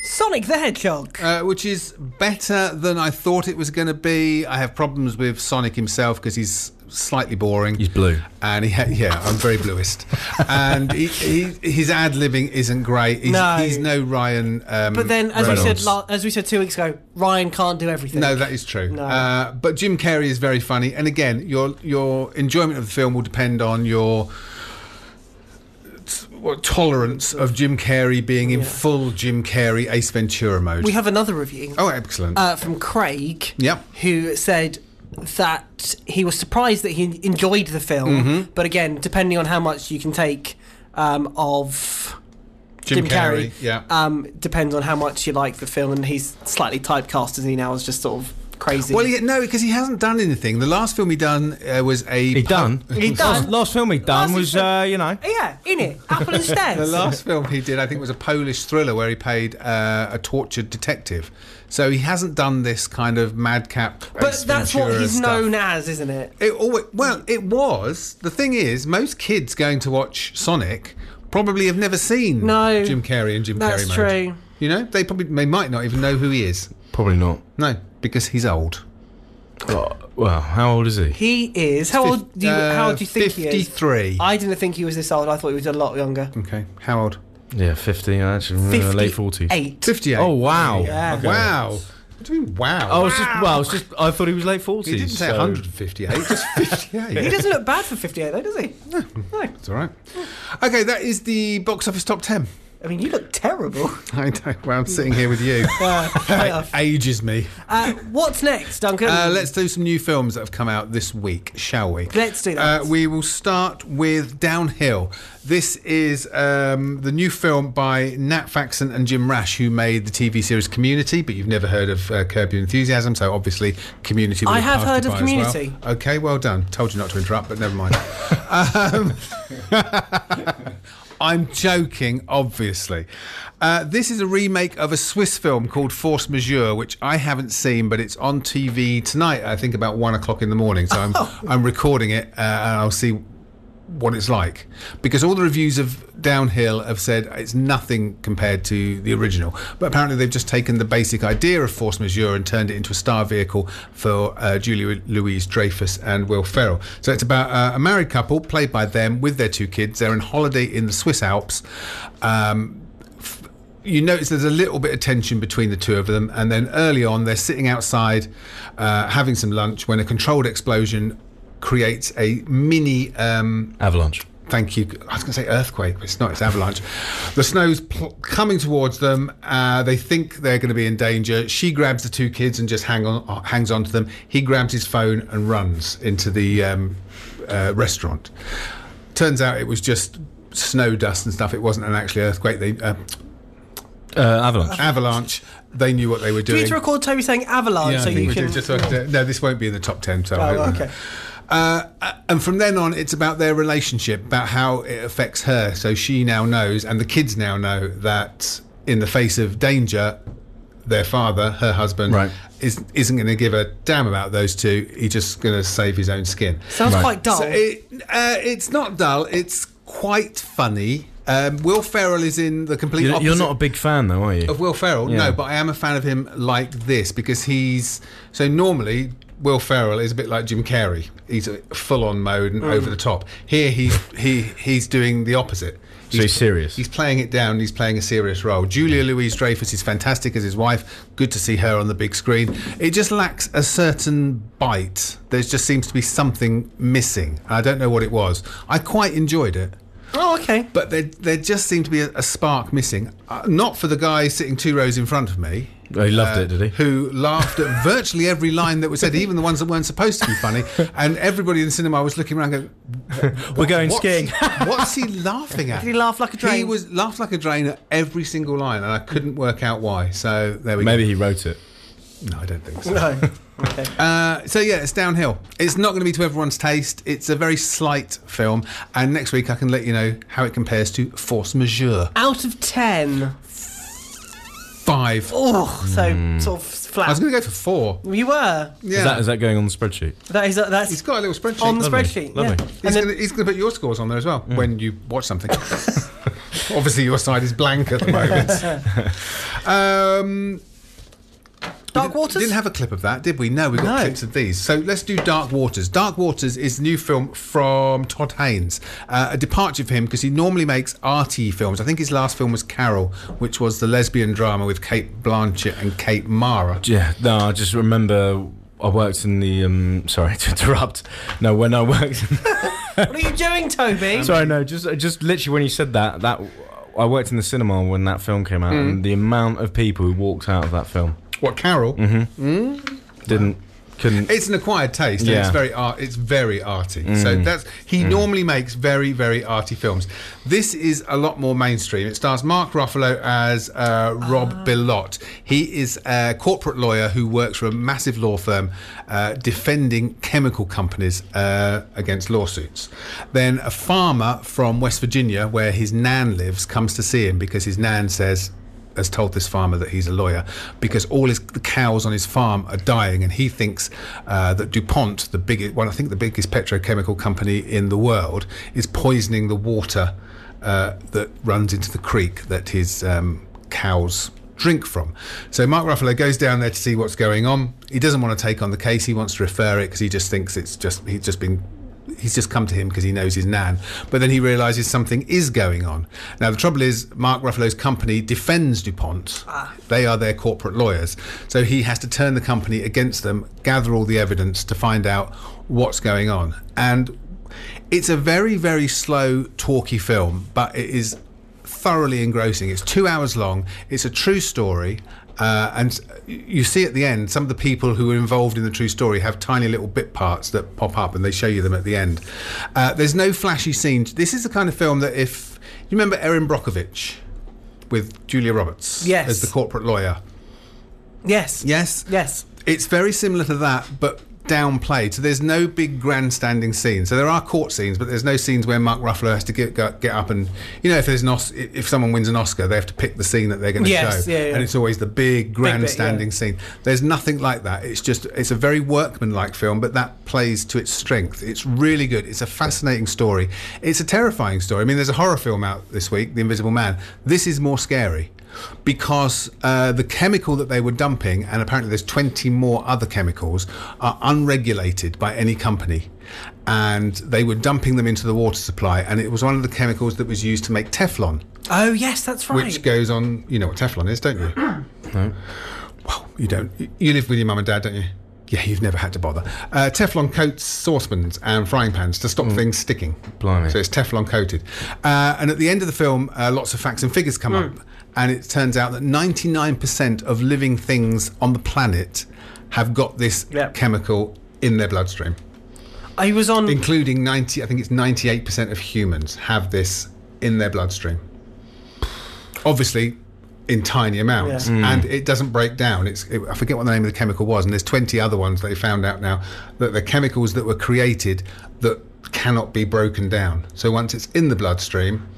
Sonic the Hedgehog. Uh, which is better than I thought it was going to be. I have problems with Sonic himself because he's slightly boring. He's blue. and he had, yeah, I'm very bluest. and he, he, his ad libbing isn't great. He's No. no, he's no Ryan. Um, But then, as we said, Reynolds. la- as we said two weeks ago, Ryan can't do everything. No, that is true. Uh, but Jim Carrey is very funny, and again, your your enjoyment of the film will depend on your t- what, tolerance of Jim Carrey being in full Jim Carrey Ace Ventura mode. we have another review. oh, excellent! uh, from Craig, Yep. who said that he was surprised that he enjoyed the film, Mm-hmm. but again, depending on how much you can take um, of Jim, Carrey, yeah. um, depends on how much you like the film, and he's slightly typecast as he now is just sort of crazy. well, he, no, because he hasn't done anything. The last film he done uh, was a He done. He done. Last, last film he done Last was, film- uh, you know. yeah, in it, Apple and The Stairs. last film he did, I think, was a Polish thriller where he played uh, a tortured detective. So he hasn't done this kind of madcap. but Ace that's what Ventura he's stuff. known as, isn't it? It always, well, it was. The thing is, most kids going to watch Sonic probably have never seen No. Jim Carrey and Jim That's Carrey. true. Mode. You know, they probably they might not even know who he is. Probably not. No, because he's old. Well, how old is he? He is. How old do you? how old do you think he is? Fifty-three. I didn't think he was this old. I thought he was a lot younger. okay, how old? Yeah, 50, actually, uh, late 40s. Eight. Fifty-eight. Oh, wow. Yeah. Oh, Okay. Wow. What do you mean? Wow. I was just, well, I was just, I thought he was late 40s. He didn't say so- 158, just 58. He doesn't look bad for 58, though, does he? No. It's all right. Okay, that is the box office top 10. I mean, you look terrible. I know, well, I'm sitting here with you. Uh, It ages me. uh, what's next, Duncan? Uh, let's do some new films that have come out this week, shall we? Let's do that. Uh, we will start with Downhill. This is um, the new film by Nat Faxon and Jim Rash, who made the TV series Community, but you've never heard of uh, Curb Your Enthusiasm, so obviously Community. will I have have passed you heard of by as Community. Well. Okay, well done. Told you not to interrupt, but never mind. Um, I'm joking, obviously. Uh, this is a remake of a Swiss film called Force Majeure, which I haven't seen, but it's on TV tonight. I think about one o'clock in the morning, so I'm Oh. I'm recording it, uh, and I'll see what it's like because all the reviews of Downhill have said it's nothing compared to the original. But apparently, they've just taken the basic idea of Force Majeure and turned it into a star vehicle for uh, Julia Louise Dreyfus and Will Ferrell. So it's about uh, a married couple played by them with their two kids. They're on holiday in the Swiss Alps. Um, you notice there's a little bit of tension between the two of them, and then early on, they're sitting outside uh, having some lunch when a controlled explosion creates a mini um, Avalanche. thank you. I was going to say earthquake, but it's not. It's avalanche. the snow's pl- coming towards them. Uh, they think they're going to be in danger. She grabs the two kids and just hang on, uh, hangs on to them. He grabs his phone and runs into the um, uh, restaurant. Turns out it was just snow dust and stuff. It wasn't an actually earthquake. They uh, Uh, avalanche. avalanche. They knew what they were Do doing. you need to record Toby saying avalanche Yeah, so I think you we can. do, just so I can- no, this won't be in the top ten. So I Oh, hope- okay. Uh, and from then on, it's about their relationship, about how it affects her. So she now knows, and the kids now know that in the face of danger, their father, her husband, Right. is, isn't going to give a damn about those two. He's just going to save his own skin. Sounds quite dull. So it, uh, it's not dull. It's quite funny. Um, Will Ferrell is in the complete. You're, you're opposite- not a big fan, though, are you? of Will Ferrell, Yeah. no, but I am a fan of him like this because he's so normally Will Ferrell is a bit like Jim Carrey. He's a full on mode and over the top. Here he's he he's doing the opposite. So he's serious. He's playing it down. He's playing a serious role. Julia Louise Dreyfus is fantastic as his wife. Good to see her on the big screen. It just lacks a certain bite. There just seems to be something missing. I don't know what it was. I quite enjoyed it oh, okay. but there, there just seemed to be a, a spark missing. Uh, not for the guy sitting two rows in front of me. Oh, he loved uh, it, did he? Who laughed at virtually every line that was said, even the ones that weren't supposed to be funny. And everybody in the cinema was looking around going, We're going what's, skiing. what's he laughing at? Did he laugh like a drain? He was laughed like a drain at every single line, and I couldn't work out why. So there we Maybe he wrote it. go. No, I don't think so. No. Okay. Uh, so yeah, it's downhill. It's not going to be to everyone's taste. It's a very slight film, and next week I can let you know how it compares to Force Majeure. Out of 10. Five. Oh, so Hmm. sort of I was flat. going to go for four. You were. Yeah. Is that, is that going on the spreadsheet? That is, uh, that's he's got a little spreadsheet. on the Lovely, spreadsheet. lovely. Yeah. he's going to put your scores on there as well Mm. when you watch something. Obviously, your side is blank at the moment. um, Dark didn't- Waters? Didn't have a clip of that, did we? No, we got No. clips of these. So let's do Dark Waters. Dark Waters is the new film from Todd Haynes. Uh, a departure for him because he normally makes arty films. I think his last film was Carol, which was the lesbian drama with Kate Blanchett and Kate Mara. Yeah, no, I just remember I worked in the. Um, sorry to interrupt. No, when I worked. What are you doing, Toby? sorry, no, just just literally when you said that, that I worked in the cinema when that film came out, Mm. and the amount of people who walked out of that film What Carol? Mm-hmm. didn't couldn't. It's an acquired taste. And it's Yeah. very art. It's very arty. So that's he normally makes very very arty films. This is a lot more mainstream. It stars Mark Ruffalo as uh, Rob Billot. He is a corporate lawyer who works for a massive law firm uh, defending chemical companies uh, against lawsuits. Then a farmer from West Virginia, where his nan lives, comes to see him because his nan says has told this farmer that he's a lawyer because all his the cows on his farm are dying, and he thinks uh, that DuPont, the biggest one, I think the biggest petrochemical company in the world, is poisoning the water uh, that runs into the creek that his um, cows drink from. So Mark Ruffalo goes down there to see what's going on. He doesn't want to take on the case. He wants to refer it because he just thinks it's just he's just been he's just come to him because he knows his nan. But then he realizes something is going on. Now the trouble is, Mark Ruffalo's company defends DuPont. They are their corporate lawyers, so he has to turn the company against them, gather all the evidence to find out what's going on. And it's a very, very slow, talky film, but it is thoroughly engrossing. It's two hours long. It's a true story. Uh, and s- you see at the end, some of the people who are involved in the true story have tiny little bit parts that pop up and they show you them at the end. Uh, there's no flashy scenes. This is the kind of film that if you remember Erin Brockovich with Julia Roberts Yes. as the corporate lawyer. Yes. Yes? Yes. It's very similar to that, but downplayed. So there's no big grandstanding scenes. So there are court scenes, but there's no scenes where Mark Ruffalo has to get go- get up and you know if there's an Os- if someone wins an Oscar, they have to pick the scene that they're going to Yes, show, yeah, yeah. and it's always the big yeah. grandstanding scene. There's nothing like that. It's just it's a very workmanlike film, but that plays to its strength. It's really good. It's a fascinating story. It's a terrifying story. I mean, there's a horror film out this week, The Invisible Man. This is more scary because uh, the chemical that they were dumping, and apparently there's 20 more other chemicals, are unregulated by any company. And they were dumping them into the water supply, and it was one of the chemicals that was used to make Teflon Oh, yes, that's right. which goes on. You know what Teflon is, don't you? no. Well, you don't. You live with your mum and dad, don't you? Yeah, you've never had to bother. Uh, Teflon coats saucepans and frying pans to stop things sticking. Blimey. So it's Teflon coated. Uh, and at the end of the film, uh, lots of facts and figures come up. And it turns out that 99% of living things on the planet have got this Yep. chemical in their bloodstream I was on. including 90 i think it's 98% of humans have this in their bloodstream obviously in tiny amounts Yeah. and it doesn't break down it's it, i forget what the name of the chemical was and there's 20 other ones they found out now that the chemicals that were created that cannot be broken down so once it's in the bloodstream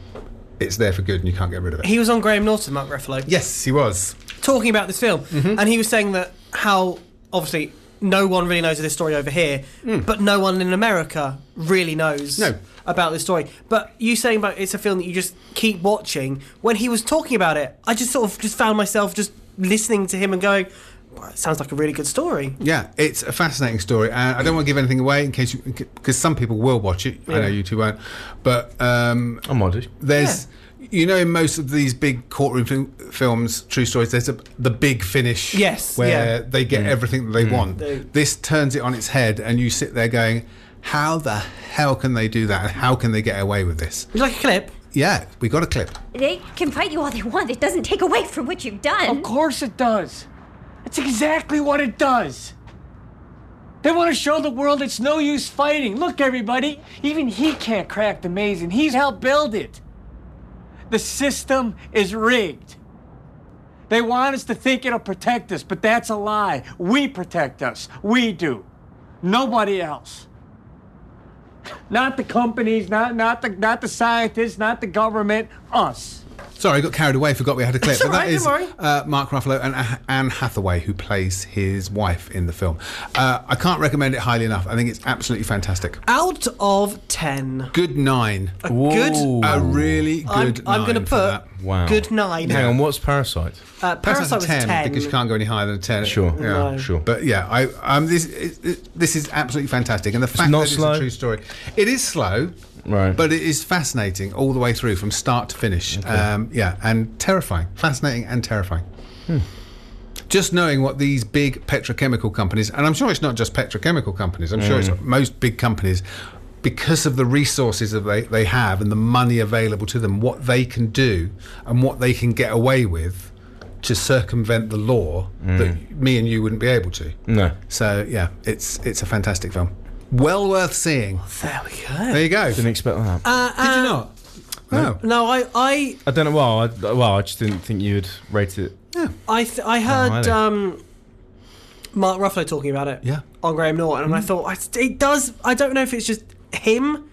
it's there for good and you can't get rid of it He was on Graham Norton, Mark Ruffalo. yes he was talking about this film, Mm-hmm. and he was saying that how obviously no one really knows of this story over here, but no one in America really knows Mm. No. about this story. But you saying about it's a film that you just keep watching. When he was talking about it, I just sort of just found myself just listening to him and going, well, it sounds like a really good story. Yeah, it's a fascinating story, and I don't want to give anything away in case because some people will watch it. I know you two won't, but um, I'm modest. there's you know in most of these big courtroom fil- films true stories there's a, the big finish Yes, where yeah. they get everything that they want They- this turns it on its head and you sit there going how the hell can they do that and how can they get away with this Would you like a clip? yeah we got a clip They can fight you all they want. It doesn't take away from what you've Of done. course it does. That's exactly what it does. They want to show the world it's no use fighting. Look, everybody, even he can't crack the maze, and he's helped build it. The system is rigged. They want us to think it'll protect us, but that's a lie. We protect us. We do. Nobody else. Not the companies, not, not, the, not the scientists, not the government, us. sorry I got carried away forgot we had a clip It's all but right, that don't is worry. uh, Mark Ruffalo and uh, Anne Hathaway who plays his wife in the film uh, I can't recommend it highly enough I think it's absolutely fantastic Out of ten, good nine a good. Uh, a really I'm, good I'm going gonna to put Wow. Good nine. Hang on, what's Parasite? Uh, Parasite was 10. because you can't go any higher than a ten. Sure, yeah, No. sure. But yeah, I um, this it, it- this is absolutely fantastic, and the fact not that slow? it's a true story, it is slow, Right. But it is fascinating all the way through, from start to finish. Um, yeah, and terrifying, fascinating and terrifying. Just knowing what these big petrochemical companies, and I'm sure it's not just petrochemical companies. I'm sure it's Mm. most big companies. Because of the resources that they, they have and the money available to them, what they can do and what they can get away with to circumvent the law that me and you wouldn't be able to. Mm. No. So yeah, it's it's a fantastic film. Well worth seeing. There we go. Uh, There you go. Didn't expect that. Did you not? Oh. No. No, I, I, I don't know. Well, I, well, I just didn't think you'd rate it. I, th- I heard either. um, Mark Ruffalo talking about it. Yeah. Mm-hmm. On Graham Norton, and I thought I- it does. I don't know if it's just him.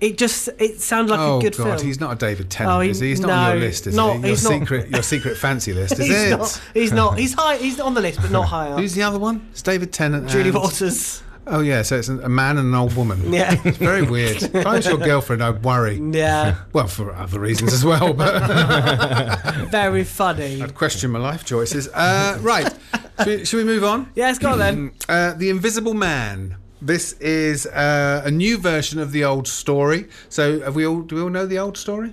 It just it sounds like Oh a good God, film. he's not a David Tennant, Oh, he- is he? He's not on no, your list, is not- he? Your he's not. secret, your secret fancy list, is He's it? not. He's not. He's high. He's on the list, but not high up. Who's the other one? It's David Tennant. Julie and- Waters. Oh yeah, so it's an- a man and an old woman. Yeah. it's very weird. If I was your girlfriend, I'd worry. Yeah. Well, for other reasons as well, but Very funny. question my life choices. Uh, right, should we, should we move on? Yeah, it's got then. Uh, the Invisible Man. This is uh, a new version of the old story. So, have we all do we all know the old story?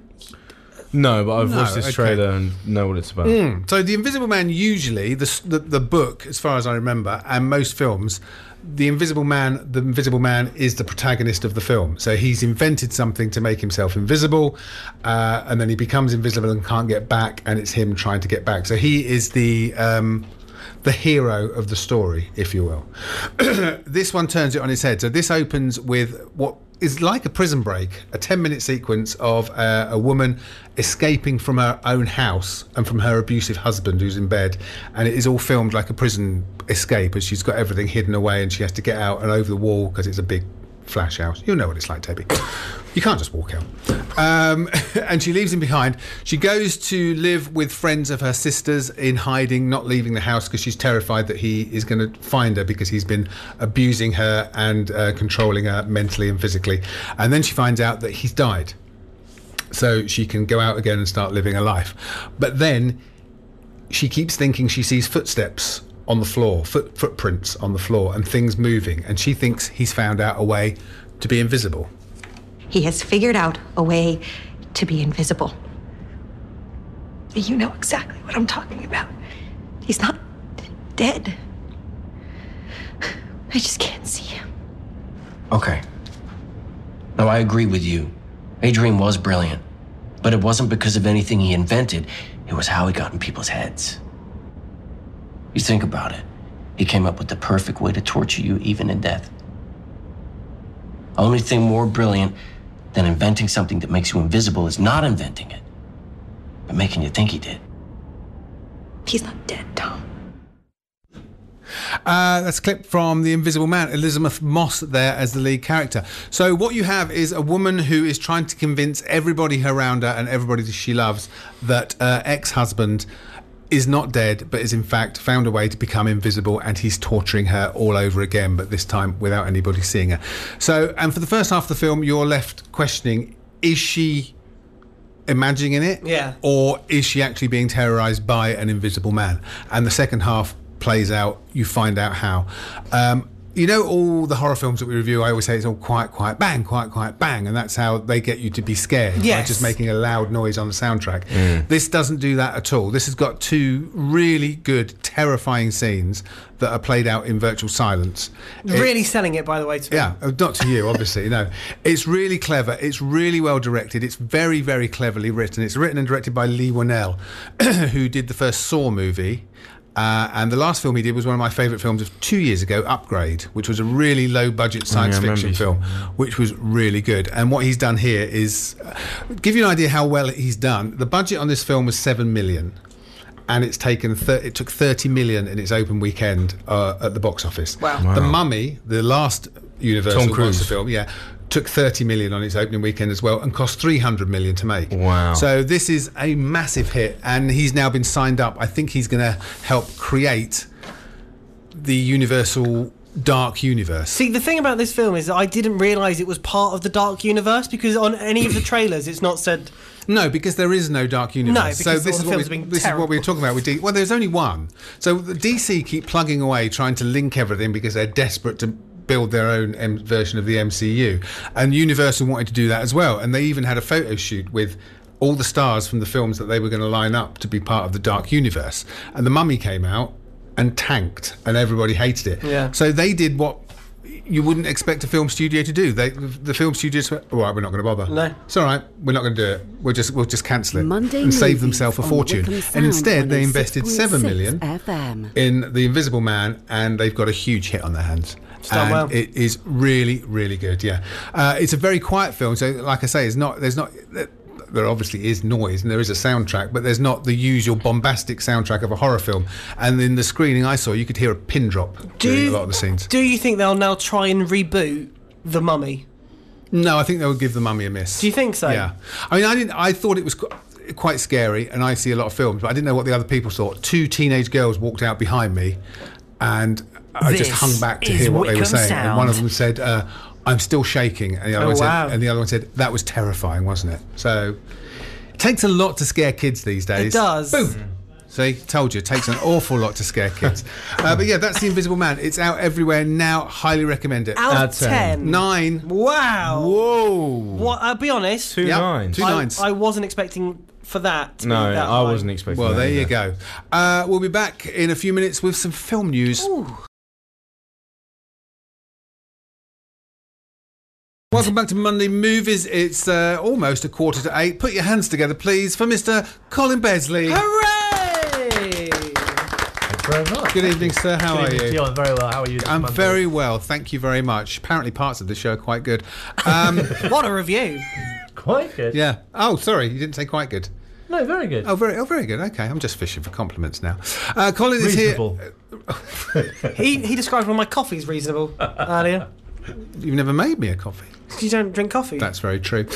No, but I've No, watched this okay. Mm. trailer and know what it's about. So the Invisible Man usually the, s- the the book, as far as I remember, and most films, the Invisible Man, the Invisible Man is the protagonist of the film. So he's invented something to make himself invisible, uh, and then he becomes invisible and can't get back, and it's him trying to get back. So he is the um, the hero of the story, if you will. this one turns it on its head. So this opens with what is like a prison break, a 10 minute sequence of uh, a woman escaping from her own house and from her abusive husband who's in bed. And it is all filmed like a prison escape as she's got everything hidden away and she has to get out and over the wall because it's a big flash house. You'll know what it's like, Toby. You can't just walk out. Um, and she leaves him behind. She goes to live with friends of her sisters in hiding, not leaving the house because she's terrified that he is going to find her because he's been abusing her and uh, controlling her mentally and physically. And then she finds out that he's died. So she can go out again and start living a life. But then she keeps thinking she sees footsteps on the floor, foot, footprints on the floor, and things moving. And she thinks he's found out a way to be invisible. He has figured out a way to be invisible. You know exactly what I'm talking about. He's not d- dead. I just can't see him. Okay. No, I agree with you. Adrian was brilliant, but it wasn't because of anything he invented, it was how he got in people's heads. You think about it. He came up with the perfect way to torture you, even in death. Only thing more brilliant than inventing something that makes you invisible is not inventing it, but making you think he did. He's not dead, Tom. Uh, that's a clip from The Invisible Man, Elizabeth Moss there as the lead character. So, what you have is a woman who is trying to convince everybody around her and everybody that she loves that her ex husband is not dead, but is in fact found a way to become invisible and he's torturing her all over again, but this time without anybody seeing her. So, and for the first half of the film, you're left questioning is she imagining it? Yeah. Or is she actually being terrorized by an invisible man? And the second half plays out, you find out how. Um, you know, all the horror films that we review, I always say it's all quiet, quiet, bang, quiet, quiet, bang. And that's how they get you to be scared by Yes. just making a loud noise on the soundtrack. This doesn't do that at all. This has got two really good, terrifying scenes that are played out in virtual silence. It- Really selling it, by the way. To yeah, uh, not to you, obviously. no, it's really clever. It's really well directed. It's very, very cleverly written. It's written and directed by Lee Whannell, who did the first Saw movie. Uh, and the last film he did was one of my favourite films of two years ago, Upgrade, which was a really low budget science Oh, I remember fiction you film, which was really good. And what he's done here is uh, give you an idea how well he's done. The budget on this film was seven million and it's taken thir- it took 30 million in its open weekend uh, at the box office. Wow. The Mummy, the last Universal Tom Cruise. monster film, yeah, took 30 million on its opening weekend as well and cost 300 million to make. Wow. So this is a massive hit and he's now been signed up. I think he's going to help create the Universal Dark Universe. See, the thing about this film is that I didn't realise it was part of the Dark Universe because on any of the trailers it's not said No, because there is no dark universe. No, so because this all is the what films we, have been this is what we were talking about with D. Well, there's only one. So the DC keep plugging away, trying to link everything because they're desperate to build their own M- version of the MCU, and Universal wanted to do that as well. And they even had a photo shoot with. All the stars from the films that they were going to line up to be part of the Dark Universe. And The Mummy came out and tanked, and everybody hated it. Yeah. So they did what you wouldn't expect a film studio to do. They, the film studios, went, all right, we're not going to bother. No, it's all right. We're not going to do it. We'll just we'll just cancel it Monday and save movies themselves a on fortune. Wickham And Sound instead, they invested 106.6 seven million FM. in The Invisible Man, and they've got a huge hit on their hands. It's done and well. it is really, really good. Yeah, uh, it's a very quiet film. So, like I say, it's not. There's not. There obviously is noise and there is a soundtrack, but there's not the usual bombastic soundtrack of a horror film. And in the screening I saw, you could hear a pin drop during a lot of the scenes. Do you think they'll now try and reboot The Mummy? No, I think they'll give the mummy a miss. Do you think so? Yeah. I mean, I didn't. I thought it was qu- quite scary, and I see a lot of films, but I didn't know what the other people thought. Two teenage girls walked out behind me, and I just This hung back to is hear what they were Wickham saying. And one of Sound. them said, uh, "I'm still shaking," and the other Oh, one said, wow. "And the other one said that was terrifying, wasn't it?" So, it takes a lot to scare kids these days. does. Boom. See, told you, it takes an awful lot to scare kids. Uh, but yeah, that's The Invisible Man. It's out everywhere now. Highly recommend it. uh, Out of Out of 10. 10. Nine. Wow. Whoa. What? I'll be honest. Two Yep, nines. two I, nines. I wasn't expecting for that. to be No, that I high. wasn't expecting. Well, that there you either. go. Uh, we'll be back in a few minutes with some film news. Welcome back to Monday Movies. It's uh, almost a quarter to eight. Put your hands together, please, for Mr. Colin Besley. Hooray! Thank you very much. Good evening, sir. How Oh, Good are evening you? to I'm very well. How are you? this I'm Monday? very well, thank you very much. Apparently, parts of the show are quite good. Um, what a review! Quite good. Yeah. Oh, sorry, you didn't say quite good. No, very good. Oh, very, oh, very good. Okay, I'm just fishing for compliments now. Uh, Colin is Reasonable. here. he he described one of my coffees reasonable earlier. You've never made me a coffee. You don't drink coffee. That's very true.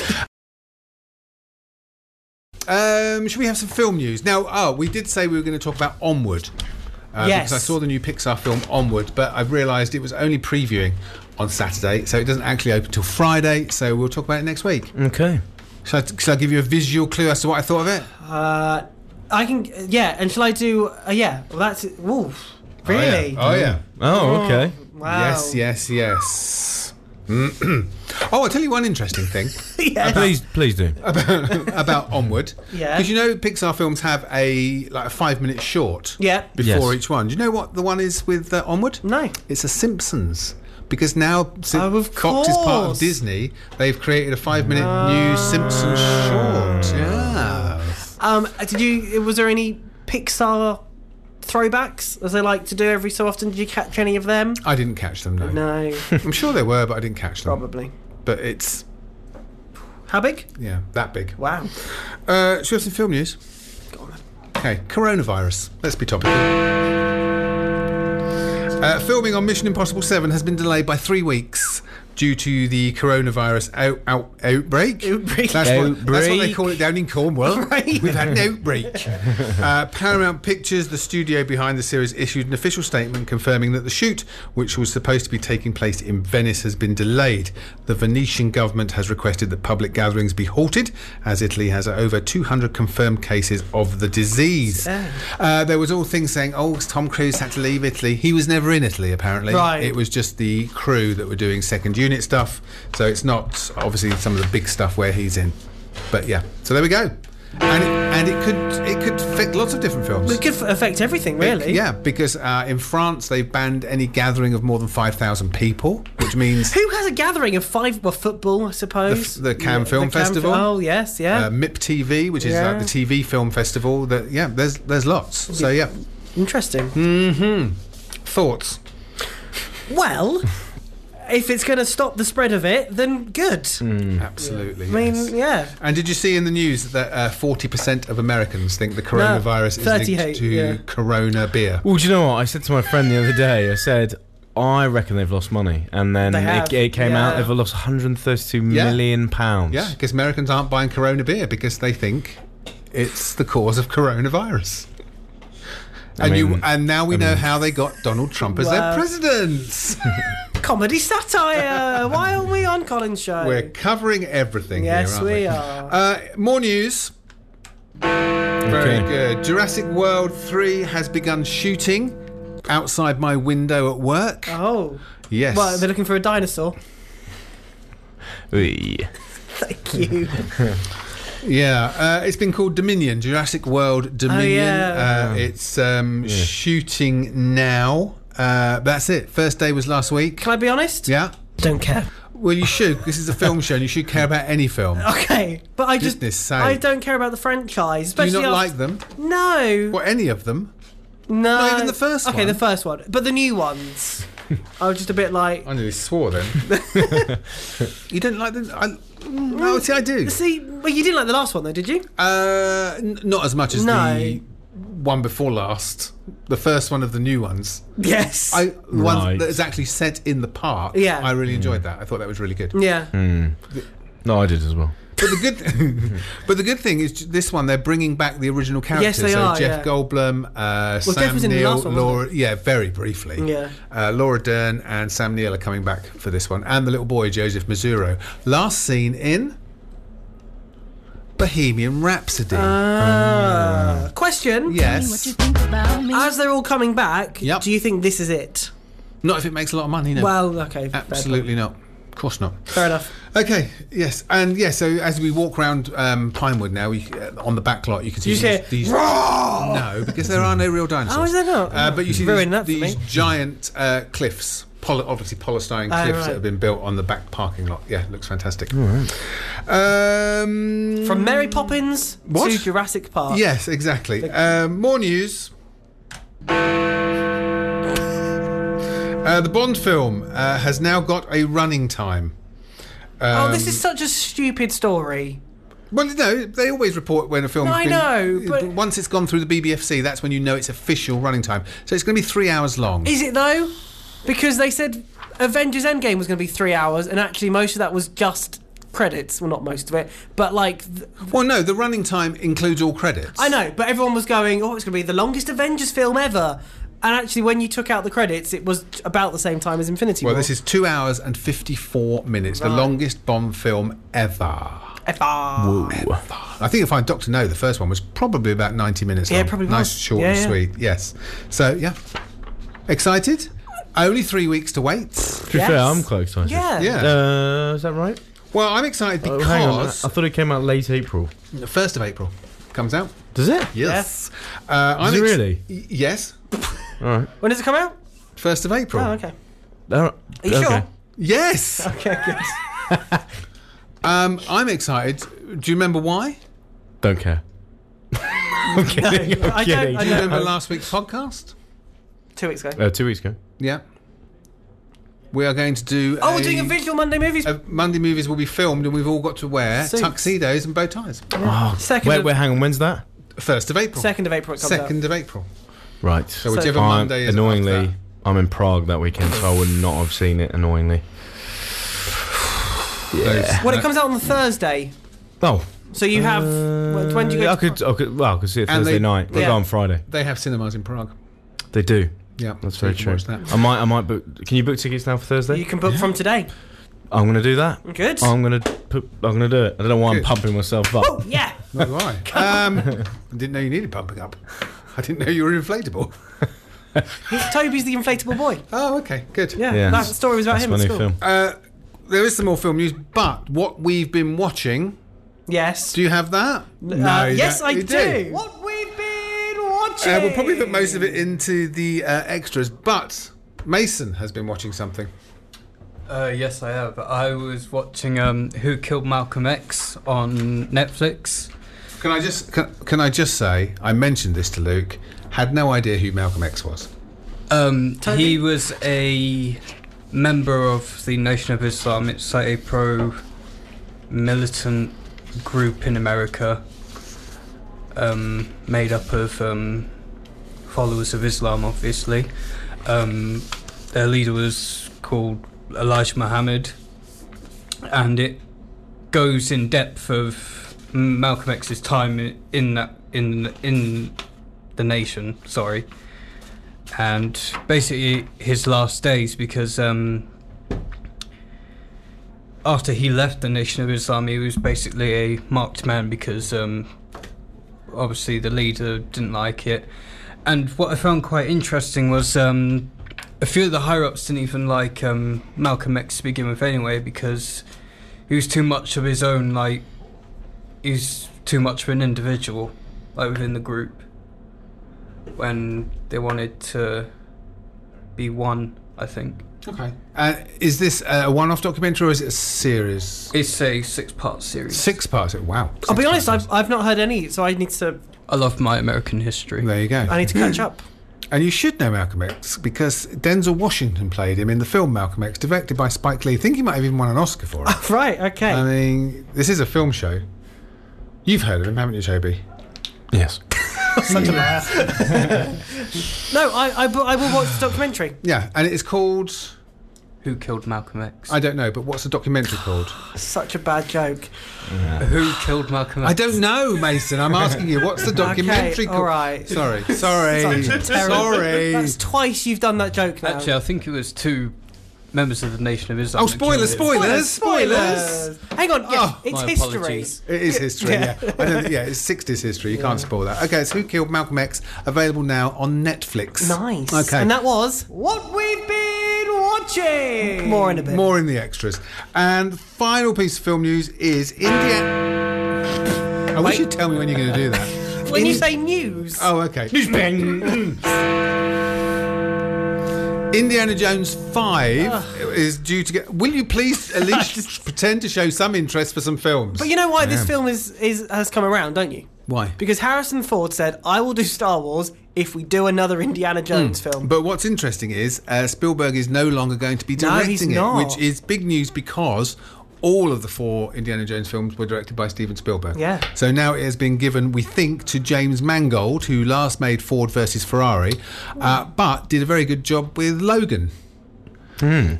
Um, should we have some film news now? Oh, we did say we were going to talk about Onward. Uh, Yes. Because I saw the new Pixar film Onward, but I've realised it was only previewing on Saturday, so it doesn't actually open till Friday. So we'll talk about it next week. Mm. Okay. Shall I, shall I give you a visual clue as to what I thought of it? Uh, I can yeah. And shall I do? Uh, yeah. Well, that's Wolf. Really? Oh yeah. Oh, okay. Wow. Yes, yes, yes. oh, I'll tell you one interesting thing. Yes. Please, please do. about, about Onward. Yeah. Because you know Pixar films have a like a five minute short. Yeah. Mm. Before Yes. each one. Do you know what the one is with uh, Onward? No. It's a Simpsons. Because now Sim- Fox is part of Oh, course. Ah. Disney, they've created a five minute new Simpsons short. Yeah. Um, did you? Was there any Pixar throwbacks, as they like to do every so often? Did you catch any of them? I didn't catch them, no. No. I'm sure there were, but I didn't catch them. Probably. But it's, How big? yeah, that big. Wow. Uh, should we have some film news? Okay, coronavirus. Let's be topical. Uh, filming on Mission Impossible 7 has been delayed by three weeks due to the coronavirus out, out, outbreak. Outbreak. That's, What, that's what they Outbreak. call it down in Cornwall. We've had an outbreak. Uh, Paramount Pictures, the studio behind the series, issued an official statement confirming that the shoot, which was supposed to be taking place in Venice, has been delayed. The Venetian government has requested that public gatherings be halted, as Italy has over 200 confirmed cases of the disease. Yeah. Uh, there was all things saying, "Oh, Tom Cruise had to leave Italy. He was never in Italy, apparently. Right. It was just the crew that were doing second unit stuff. So it's not obviously some of the big stuff where he's in. But yeah, so there we go. And it, and it could it could affect lots of different films. It could affect everything, really. It- yeah, because uh, in France they've banned any gathering of more than five thousand people, which means Who has a gathering of five? Well, football, I suppose. the Cannes Yeah, Film the Cannes Festival. Fi- oh yes, yeah. uh, MIP TV, which is Yeah. like the TV film festival. That yeah, there's there's lots. So yeah, interesting. Mm-hmm. Thoughts? well, if it's going to stop the spread of it, then good. Absolutely. Mm. I mean, Hmm, yeah. yes. And did you see in the news that uh, forty percent of Americans think the coronavirus is 38, linked to yeah. Corona beer? Well, do you know what? I said to my friend the other day, I said, I reckon they've lost money. And then They have, it, it came out, yeah. they've lost 132 million Yeah. pounds. Yeah, because Americans aren't buying Corona beer because they think it's the cause of coronavirus. I And you mean- and now we I know mean- how they got Donald Trump as Wow. their president. Comedy satire. Why aren't we on Colin's show? We're covering everything Yes, here, aren't we we? are. Uh, more news. Very Okay. good. Jurassic World 3 has begun shooting outside my window at work. Oh. Yes. Well, they're looking for a dinosaur. Thank you. Yeah, uh, it's been called Dominion, Jurassic World Dominion. Oh, yeah. Uh, it's um, shooting now. Uh, that's it. First day was last week. Can I be honest? Yeah. Don't care. Well, you should. This is a film show, and you should care about any film. Okay, but I just Goodness sake. I don't care about the franchise. Do you especially not after- like them? No. Well, any of them? No. Not even the first okay, one? the first one, but the new ones. I was just a bit like. I nearly swore then. you don't like them? I, Mm. no, see, I do. See, well, you didn't like the last one though, did you? Uh, n- not as much as No. the one before last, the first one of the new ones. Yes. I the one Right. that is actually set in the park. Yeah. I really enjoyed that. I thought that was really good. Yeah. Hmm. No, I did as well. But the good, but the good thing is j- this one they're bringing back the original characters. Yes, they so are, Jeff yeah. Goldblum, uh, Well, Jeff Sam was in the Neill, last one, wasn't Laura. Yeah, very briefly. Yeah. Uh, Laura Dern and Sam Neill are coming back for this one, and the little boy Joseph Mazzuro. Last seen in Bohemian Rhapsody. Uh, question. Yes. what you As they're all coming back, do you think this is it? Not if it makes a lot of money. No. Well, okay. fair Absolutely not. Of course not. Fair enough. Okay. Yes. And yeah. So as we walk around um, Pinewood now, we, uh, on the back lot, you can see You these. say, these "Roar!" no, because there are no real dinosaurs. Oh, is there not? Uh, but you see Ruin these, that for these me. giant uh, cliffs, poly- obviously polystyrene Oh, cliffs right. that have been built on the back parking lot. Yeah, looks fantastic. Um, From Mary Poppins What? to Jurassic Park. Yes, exactly. Um, more news. Uh, the Bond film uh, has now got a running time. oh, this Um, is such a stupid story. Well, no, they always report when a film. No, I know, but- once it's gone through the BBFC, that's when you know it's official running time. So it's going to be three hours long. Is it though? Because they said Avengers Endgame was going to be three hours, and actually most of that was just credits. Well, not most of it, but like. th- well, no, the running time includes all credits. I know, but everyone was going, "Oh, it's going to be the longest Avengers film ever," and actually, when you took out the credits, it was about the same time as Infinity Well, War. this is two hours and fifty-four minutes, the Right. longest Bond film ever. Ever. Whoa. I think if I Doctor No, the first one was probably about ninety minutes. Yeah, long. probably nice, was. short Yeah, and yeah. sweet. Yes. So yeah, excited. Only three weeks to wait. To be fair, I'm quite excited. Oh. Yeah. Uh, is that right? Well, I'm excited Oh, because hang on. I thought it came out late April. The first of April comes out. Does it? Yes. Uh, Does it really? y- yes. All right. When does it come out? First of April. Oh, okay. All right. Are you okay. sure? Yes. Okay, good. Um, I'm excited. Do you remember why? Don't care. I'm kidding. I'm I don't- kidding. I Do you remember last week's podcast? Two weeks ago. Uh, two weeks ago. Yeah. We are going to do. oh, we're doing a visual Monday movies. a- Monday movies will be filmed, and we've all got to wear Suits. tuxedos and bow ties. Oh, Second wait, of- wait, hang on. When's that? First of April. Second of April. It comes out. Second of April. Right. So whichever I'm- Monday is Annoyingly, I'm in Prague that weekend, so I would not have seen it. Annoyingly. Yeah. Well, it comes out on the Thursday, Oh. so you have. Uh, when, when do you go? Uh, I to- could, I could, well, I could see it And Thursday they- night. They Yeah. go on Friday. They have cinemas in Prague. They do. Yeah, that's so very you can true. watch that. I might, I might book. Can you book tickets now for Thursday? you can book from today. I'm gonna do that. Good. Um, Oh, I'm gonna, put, I'm gonna do it. I don't know why I'm pumping myself up. Yeah. Not why. Um, I didn't know you needed pumping up. I didn't know you were inflatable. He's- Toby's the inflatable boy. Oh, okay, good. Yeah, Yeah. that story was about That's him at my new school. film. Uh, there is some more film news, but what we've been watching. Yes. Do you have that? No. Uh, yes, I you do. What we've been watching. Uh, we'll probably put most of it into the uh, extras, but Mason has been watching something. Uh, yes, I have. I was watching um, Who Killed Malcolm X on Netflix. Can I just can, can I just say I mentioned this to Luke, had no idea who Malcolm X was. Um, he was a member of the Nation of Islam. It's like a pro militant group in America um, made up of um, followers of Islam, obviously. Um, their leader was called Elijah Muhammad, and it goes in depth of Malcolm X's time i- in that in in the nation. Sorry, and basically his last days because um, after he left the Nation of Islam, he was basically a marked man because um, obviously the leader didn't like it. And what I found quite interesting was um, a few of the higher ups didn't even like um, Malcolm X to begin with, anyway, because he was too much of his own. Like he's too much of an individual, like within the group. When they wanted to be one, I think. Okay. Uh, is this a one-off documentary or is it a series? It's a six-part series. Six parts. Wow. I'll be honest, I've, I've not heard any, so I need to. I love my American history. There you go. I need to catch up. And you should know Malcolm X because Denzel Washington played him in the film Malcolm X, directed by Spike Lee. I think he might have even won an Oscar for it. right. Okay. I mean, this is a film show. You've heard of him, haven't you, Toby? Yes. Such a laugh. No, I, I, bu- I will watch the documentary. Yeah, and it's called. Who killed Malcolm X? I don't know, but what's the documentary called? Such a bad joke. Who killed Malcolm X? I don't know, Mason. I'm asking you, what's the documentary okay, called? All right. Sorry, sorry, Such a terrible- sorry. That's twice you've done that joke now. Actually, I think it was two members of the Nation of Islam. Oh, that killed spoilers, him. spoilers, spoilers. Oh, Spoilers. Hang on. Yes, it's My history. apologies. It is history, yeah. Yeah. I don't, yeah, it's 60s history. You can't spoil that. Okay, so Who Killed Malcolm X? Available now on Netflix. Nice. Okay. And that was what we've been watching. More in a bit. More in the extras. And the final piece of film news is India. I wish you'd tell me when you're going to do that. When you In- say news, Oh, okay. News bang. Indiana Jones 5 is due to get. Will you please at least pretend to show some interest for some films? but you know why this Yeah. film is, is has come around, don't you? Why? Because Harrison Ford said, "I will do Star Wars if we do another Indiana Jones film." Hmm. But what's interesting is uh, Spielberg is no longer going to be No, he's directing not. it, which is big news because all of the four Indiana Jones films were directed by Steven Spielberg. Yeah. So now it has been given, we think, to James Mangold, who last made Ford versus Ferrari, uh, but did a very good job with Logan.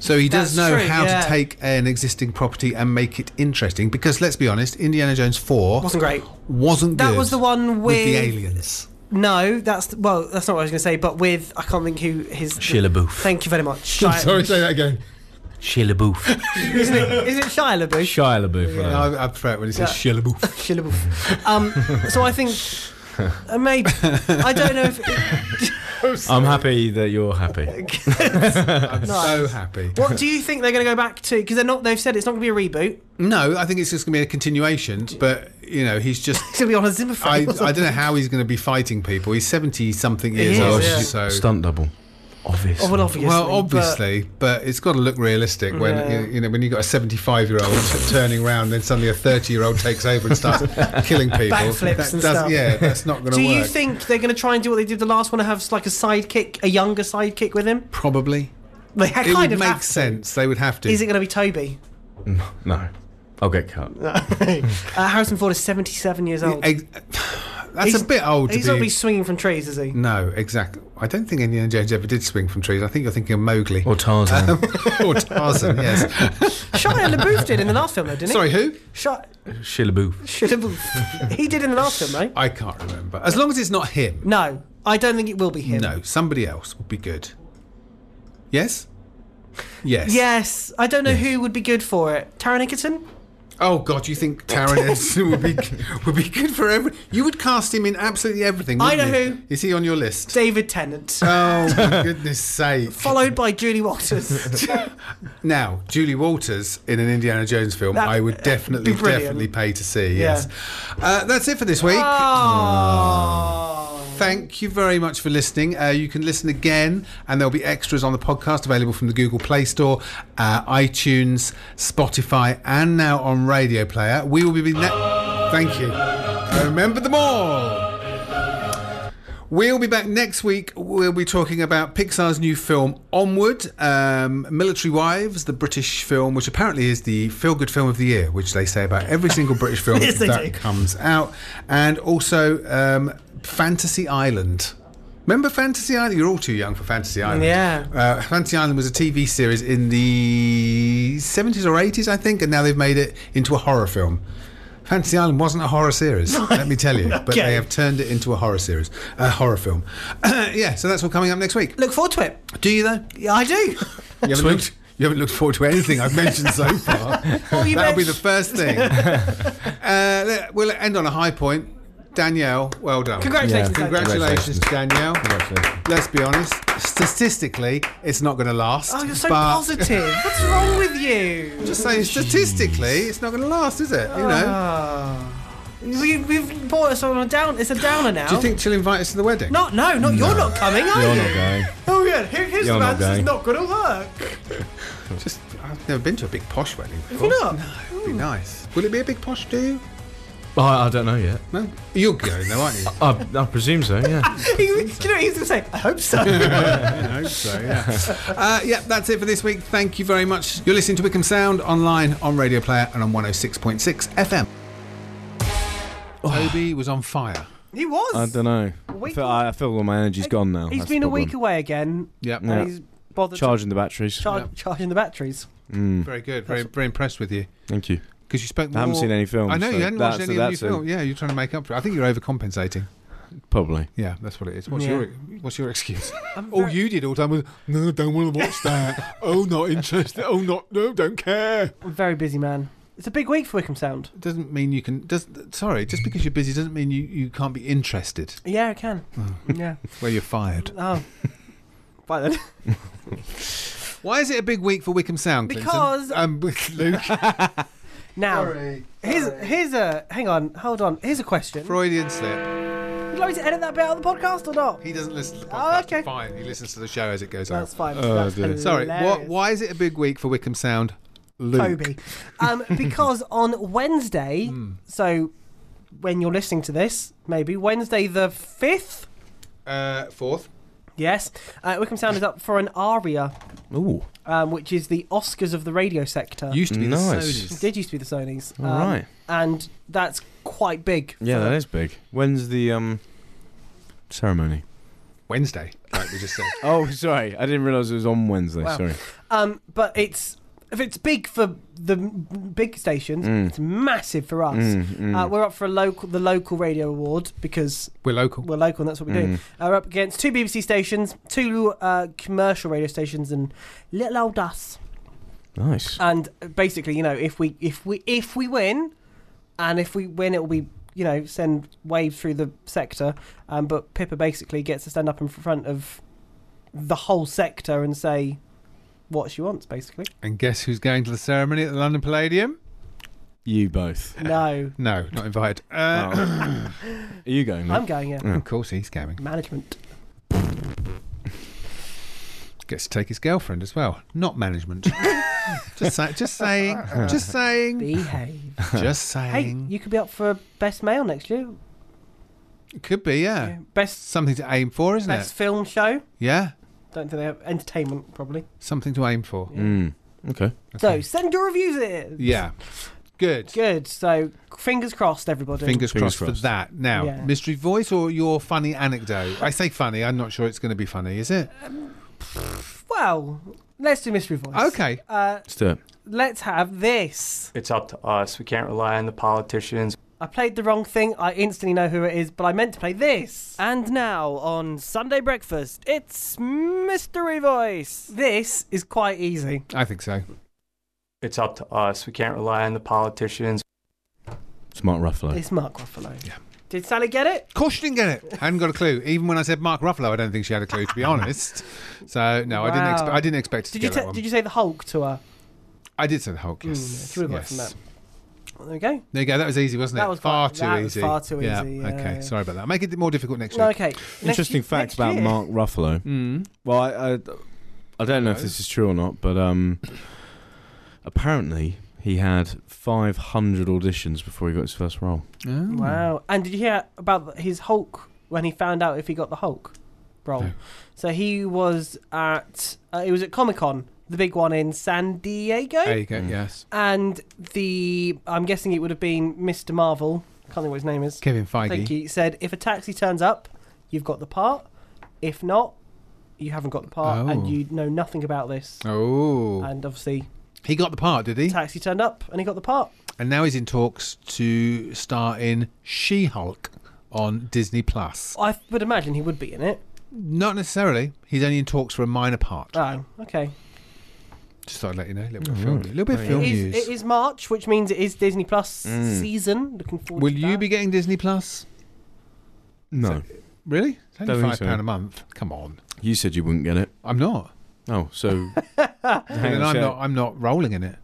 So he does That's know true, how yeah. to take an existing property and make it interesting. Because let's be honest, Indiana Jones Four Wasn't great. Wasn't That good was the one with the with- aliens. No, that's well, that's not what I was going to say. But with I can't think who his Shia LaBeouf. Thank you very much. Shia- Sorry, say that again. Shia LaBeouf. isn't it? Isn't it Shia LaBeouf? Shia LaBeouf. Yeah, right. I, I prefer it when he says Yeah. Shia LaBeouf. Shia LaBeouf. Um, so I think uh, maybe I don't know if I'm happy that you're happy. I'm so Nice. happy. What do you think they're going to go back to? Because they're not. They've said it's not going to be a reboot. No, I think it's just going to be a continuation. But you know, he's just. It's going to be on a Zimmer I, frame. I don't know how he's going to be fighting people. He's seventy something years is, old, yeah. so Stunt double. Obviously. Oh, well, obviously. well, but- obviously, but, it's got to look realistic when Yeah. you know when you have got a seventy-five-year-old turning around, then suddenly a thirty-year-old takes over and starts killing people. Backflips That and does- stuff. Yeah, that's not going to Do work. you think they're going to try and do what they did the last one and have like a sidekick, a younger sidekick with him? Probably. They ha- It kind would of make have to. sense. They would have to. Is it going to be Toby? No. I'll get cut. Uh, Harrison Ford is 77 years old. Ex- That's He's- a bit old. He's to not be... be swinging from trees, is he? No, exactly. I don't think Indiana Jones ever did swing from trees. I think you're thinking of Mowgli Or Tarzan. or Tarzan. Yes. Shia LaBeouf did in the last film, though, didn't he? Sorry, who? Shia, Shia LaBeouf. Shia LaBeouf. he did in the last film, though. I can't remember. As long as it's not him. No, I don't think it will be him. No, somebody else would be good. Yes? Yes. Yes, I don't know who would be good for it. Taron Egerton? Oh God, you think Taron Egerton would be would be good for every? You would cast him in absolutely everything. I wouldn't know you? who. Is he on your list? David Tennant. Oh my goodness sake! Followed by Julie Walters. Now, Julie Walters in an Indiana Jones film, That- I would definitely, be brilliant. definitely pay to see. Yeah. Ah. Yes. Uh, that's it for this week. oh. Thank you very much for listening. Uh, you can listen again, and there'll be extras on the podcast available from the Google Play Store, uh, iTunes, Spotify, and now on Radio Player. We will be. Ne- Thank you. I remember them all. We'll be back next week. We'll be talking about Pixar's new film Onward, um, Military Wives, the British film, which apparently is the feel good film of the year, which they say about every single British film Yes, they that do. comes out. And also um, Fantasy Island. Remember Fantasy Island? You're all too young for Fantasy Island. Yeah. Uh, Fantasy Island was a TV series in the 70s or 80s, I think, and now they've made it into a horror film. Fantasy Island wasn't a horror series, let me tell you, but they Okay. have turned it into a horror series, a horror film. yeah, so that's all coming up next week. Look forward to it. Do you though? Yeah, I do. You haven't Sweet. looked, You haven't looked forward to anything I've mentioned so far. Well, you That'll be mentioned- the first thing. uh, let- we'll end on a high point. Danielle, well done. Congratulations, Yeah. Danielle. Congratulations, Danielle. Let's be honest. Statistically, it's not going to last. Oh, you're so but- positive. What's wrong with you? Just saying, statistically, it's not going to last, is it? You Ah. know. We, we've brought us on a down. It's a downer now. Do you think she'll invite us to the wedding? No, no, not you're not coming, are You're you? not going. Oh yeah, here, here's You're the man. not This is going. not going to work. Just, I've never been to a big posh wedding. Have you not? Oh, No, it'd be nice. Will it be a big posh? Do you? I, I don't know yet. No, you're going though, aren't you? I, I presume so. Yeah. He, do you know what he's going to say? I hope so. I hope so, yeah. Uh, yeah, that's it for this week. Thank you very much. You're listening to Wickham Sound online on Radio Player and on 106.6 FM. Oh. Toby was on fire. He was. I don't know. A I week- feel, I feel all my energy's gone now. He's That's been the a week problem. away again. Yep. And Yeah. he's bothered Charging the to batteries. char- charging the batteries. Mm. Very good. Very, very impressed with you. Thank you. Because you spoke I haven't more- seen any films. I know, so you hadn't watched that's- any of that's your a- film. Yeah, you're trying to make up for it. I think you're overcompensating. Probably. Yeah, that's what it is. What's Yeah. your What's your excuse? all Oh, you did all the time was, no, don't want to watch that. oh, not interested. Oh, not, no, don't care. I'm a very busy man. It's a big week for Wickham Sound. Doesn't mean you can. Does, sorry, just because you're busy doesn't mean you, you can't be interested. Yeah, I can. Oh. Yeah. Well, you're fired. Oh. Bye then. Why is it a big week for Wickham Sound? Clinton? Because- um, Luke Now, Sorry, here's here's a hang on, hold on. Here's a question. Freudian slip. Would you like me to edit that bit out of the podcast or not? He doesn't listen to the podcast. Oh, okay. Fine, he listens to the show as it goes That's on. fine. Oh, That's dear. Sorry. What, hilarious. why is it a big week for Wickham Sound? Luke. Toby. Um, because on Wednesday, Hmm. so when you're listening to this, maybe Wednesday the 5th, Uh, fourth. yes, uh, Wickham Sound is up for an ARIA, Ooh. um, which is the Oscars of the radio sector. Used to be the Nice. Sonys. Did used to be the Sonys. Um, All right. And that's quite big. Um, Yeah, that is big. When's the um ceremony? Wednesday, like we just said. oh, sorry. I didn't realise it was on Wednesday. Wow. Sorry. Um, but it's if it's big for the m- big stations, Mm. it's massive for us. Mm, mm. Uh, we're up for a local, the local radio award because We're local. we're local, and that's what we do. Mm. Uh, we're up against two BBC stations, two uh, commercial radio stations, and little old us. Nice. And uh, basically, you know, if we if we if we win, and if we win, it will be you know send wave through the sector. Um, but Pippa basically gets to stand up in front of the whole sector and say what she wants, basically. And guess who's going to the ceremony at the London Palladium? You both. No, No, not invited. Uh, Oh. Are you going? Luke? I'm going. Yeah, Of course, he's going. management. Gets to take his girlfriend as well. Not management. just, say, just saying. Just saying. Behave. Just Hey, saying. you could be up for best male next year. Could be, yeah. Best Something to aim for, isn't Best it? film show. Yeah. Don't think they have entertainment probably. Something to aim for. Mm. Okay. So send your reviews in. Yeah. Good. Good. So fingers crossed, everybody. Fingers, crossed, crossed. for that. Now, Yeah. mystery voice or your funny anecdote? I say funny. I'm not sure it's going to be funny, is it? Well, let's do mystery voice. Okay. Uh, Let's do it. let's have this. It's up to us. We can't rely on the politicians. I played the wrong thing. I instantly know who it is, but I meant to play this. And now on Sunday breakfast, it's mystery voice. This is quite easy. I think so. It's up to us. We can't rely on the politicians. Smart Ruffalo. It's Mark Ruffalo. Yeah. Did Sally get it? Of course, she didn't get it. I hadn't got a clue. Even when I said Mark Ruffalo, I don't think she had a clue, to be honest. So no, I didn't. Wow. Expe- I didn't expect to Did get you that te- one. did Mm, you say the Hulk to her? I did say the Hulk. Yes. she would have got yes. from that. There we go. There you go. That was easy, wasn't it? That was far quite- too that was easy. far too yeah. easy, yeah, okay. yeah. Sorry about that. Make it more difficult next No, week. okay. Interesting Next- fact next about year. Mark Ruffalo. Mm. Well, I, I, I don't know if this is true or not, but um, apparently he had 500 auditions before he got his first role. Wow. And did you hear about his Hulk when he found out if he got the Hulk role? So he was at uh, it was at Comic Con, the big one in San Diego, There you go. Yes. and the I'm guessing it would have been Mr. Marvel. Can't think what his name is. Kevin Feige. Thank you. Said if a taxi turns up, you've got the part. If not, you haven't got the part, Oh. and you know nothing about this. Oh. And obviously, he got the part, did he? taxi turned up, and he got the part. And now he's in talks to star in She-Hulk on Disney Plus. I would imagine he would be in it. Ah. Not necessarily. He's only in talks for a minor part. Oh, okay. Just thought I'd let you know. A little bit Mm. of film, little bit of It film is- news. It is March, which means it is Disney Plus Mm. season. Looking forward. Will to you be getting Disney Plus? No. Really? It's only Don't think five so. pound a month. Come on. You said you wouldn't get it. I'm not. Oh, so And hang on. I'm so- not. I'm not rolling in it.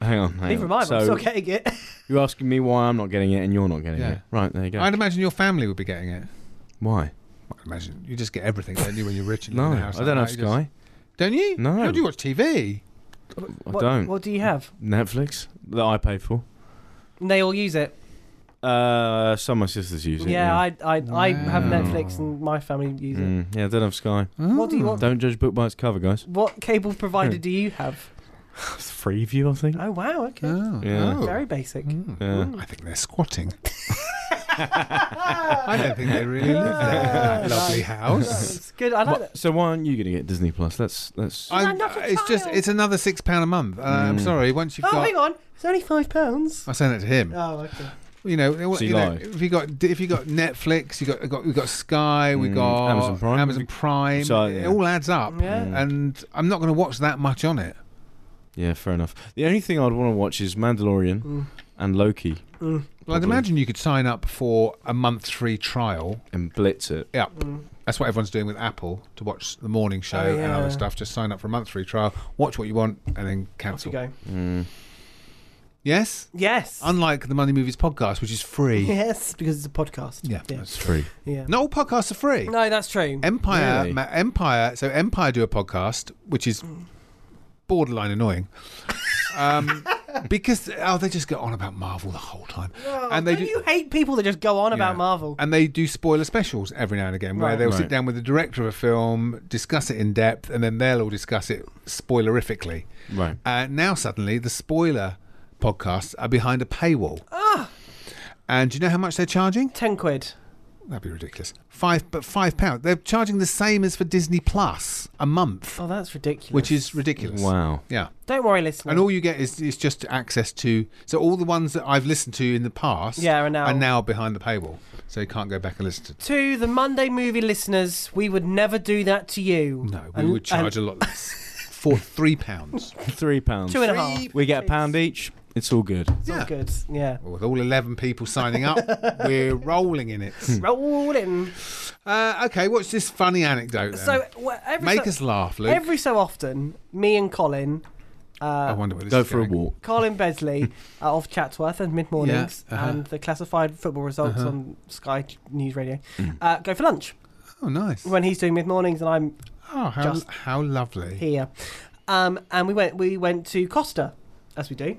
Hang on. Hang Neither on. am I, but So I'm still getting it. you're asking me why I'm not getting it and you're not getting Yeah. it. Right there you go. I'd imagine your family would be getting it. why? I'd imagine you just get everything, don't you, when you're rich and you No, own a house I like don't that. have You just- Sky. Don't you? No. How do you watch TV? I What- don't. what do you have? Netflix that I pay for. And they all use it. Uh, some of my sisters use Yeah, it. I, I, I have Wow. Netflix, and my family use it. Mm, yeah, I don't have Sky. Oh. What do Mm. you want? Don't judge a book by its cover, guys. What cable provider do you have? It's free view, I think. Oh wow, okay, Yeah. oh. very basic. Mm. Yeah. I think they're squatting. I don't think they really live there. in Ah, That lovely nice. house. It's good. I like What- that. so why aren't you going to get Disney Plus? That's that's. I'm, uh, it's just it's another six pound a month. Uh, I'm Mm. sorry. Once you've Oh, got, hang on, it's only five pounds. I sent it to him. Oh, okay. You know, So you you know, lie. if you got if you got Netflix, you got, got we got Sky, we Mm, got Amazon Prime. Amazon Prime. So, It yeah. all adds up, Yeah. Mm. and I'm not going to watch that much on it. Yeah, fair enough. The only thing I'd want to watch is Mandalorian Mm. and Loki Mm. Well, I'd Probably. imagine you could sign up for a month free trial. and Blitz it. Yeah, that's what everyone's doing with Apple to watch the morning show Oh, and yeah. other stuff. Just sign up for a month free trial, watch what you want, and then Off you cancel. go. Mm. Yes. Yes. Unlike the Money Movies podcast, which is free. Yes, because it's a podcast. Yeah, yeah. that's free. Yeah. Not all podcasts are free. No, that's true. Empire, Really? ma- Empire. So Empire do a podcast, which is Mm. borderline annoying, um, because oh, they just go on about Marvel the whole time, and they do do. you hate people that just go on about Marvel? and they do spoiler specials every now and again, where Right. they'll sit Right. down with the director of a film, discuss it in depth, and then they'll all discuss it spoilerifically. Right. Uh, now suddenly, the spoiler podcasts are behind a paywall. Ah. And do you know how much they're charging? Ten quid. That'd be ridiculous. Five, but five pound. They're charging the same as for Disney Plus a month, Oh, that's ridiculous. which is ridiculous. Wow. Yeah. Don't worry, listener. And all you get is, is just access to. So all the ones that I've listened to in the past, Yeah, are now- are now behind the paywall, so you can't go back and listen to. to the Monday movie listeners, we would never do that to you. No, we would charge a lot less for three pounds. Three pounds. Two and a half. We get a pound each. It's all good. It's all good. Yeah. Well, with all eleven people signing up, we're rolling in it. Rolling. Uh, okay, what's this funny anecdote? Then? So wh- every make so- us laugh, Luke. Every so often, me and Colin, I uh, wonder where this Go is for a going. walk. Colin Besley uh, of Chatsworth and Mid Mornings, Yeah, uh-huh. and the classified football results Uh-huh. Mm. on Sky News Radio, uh, go for lunch Oh, nice. when he's doing Mid Mornings and I'm Oh, how Just- how lovely. here. Um, and we went we went to Costa, as we do,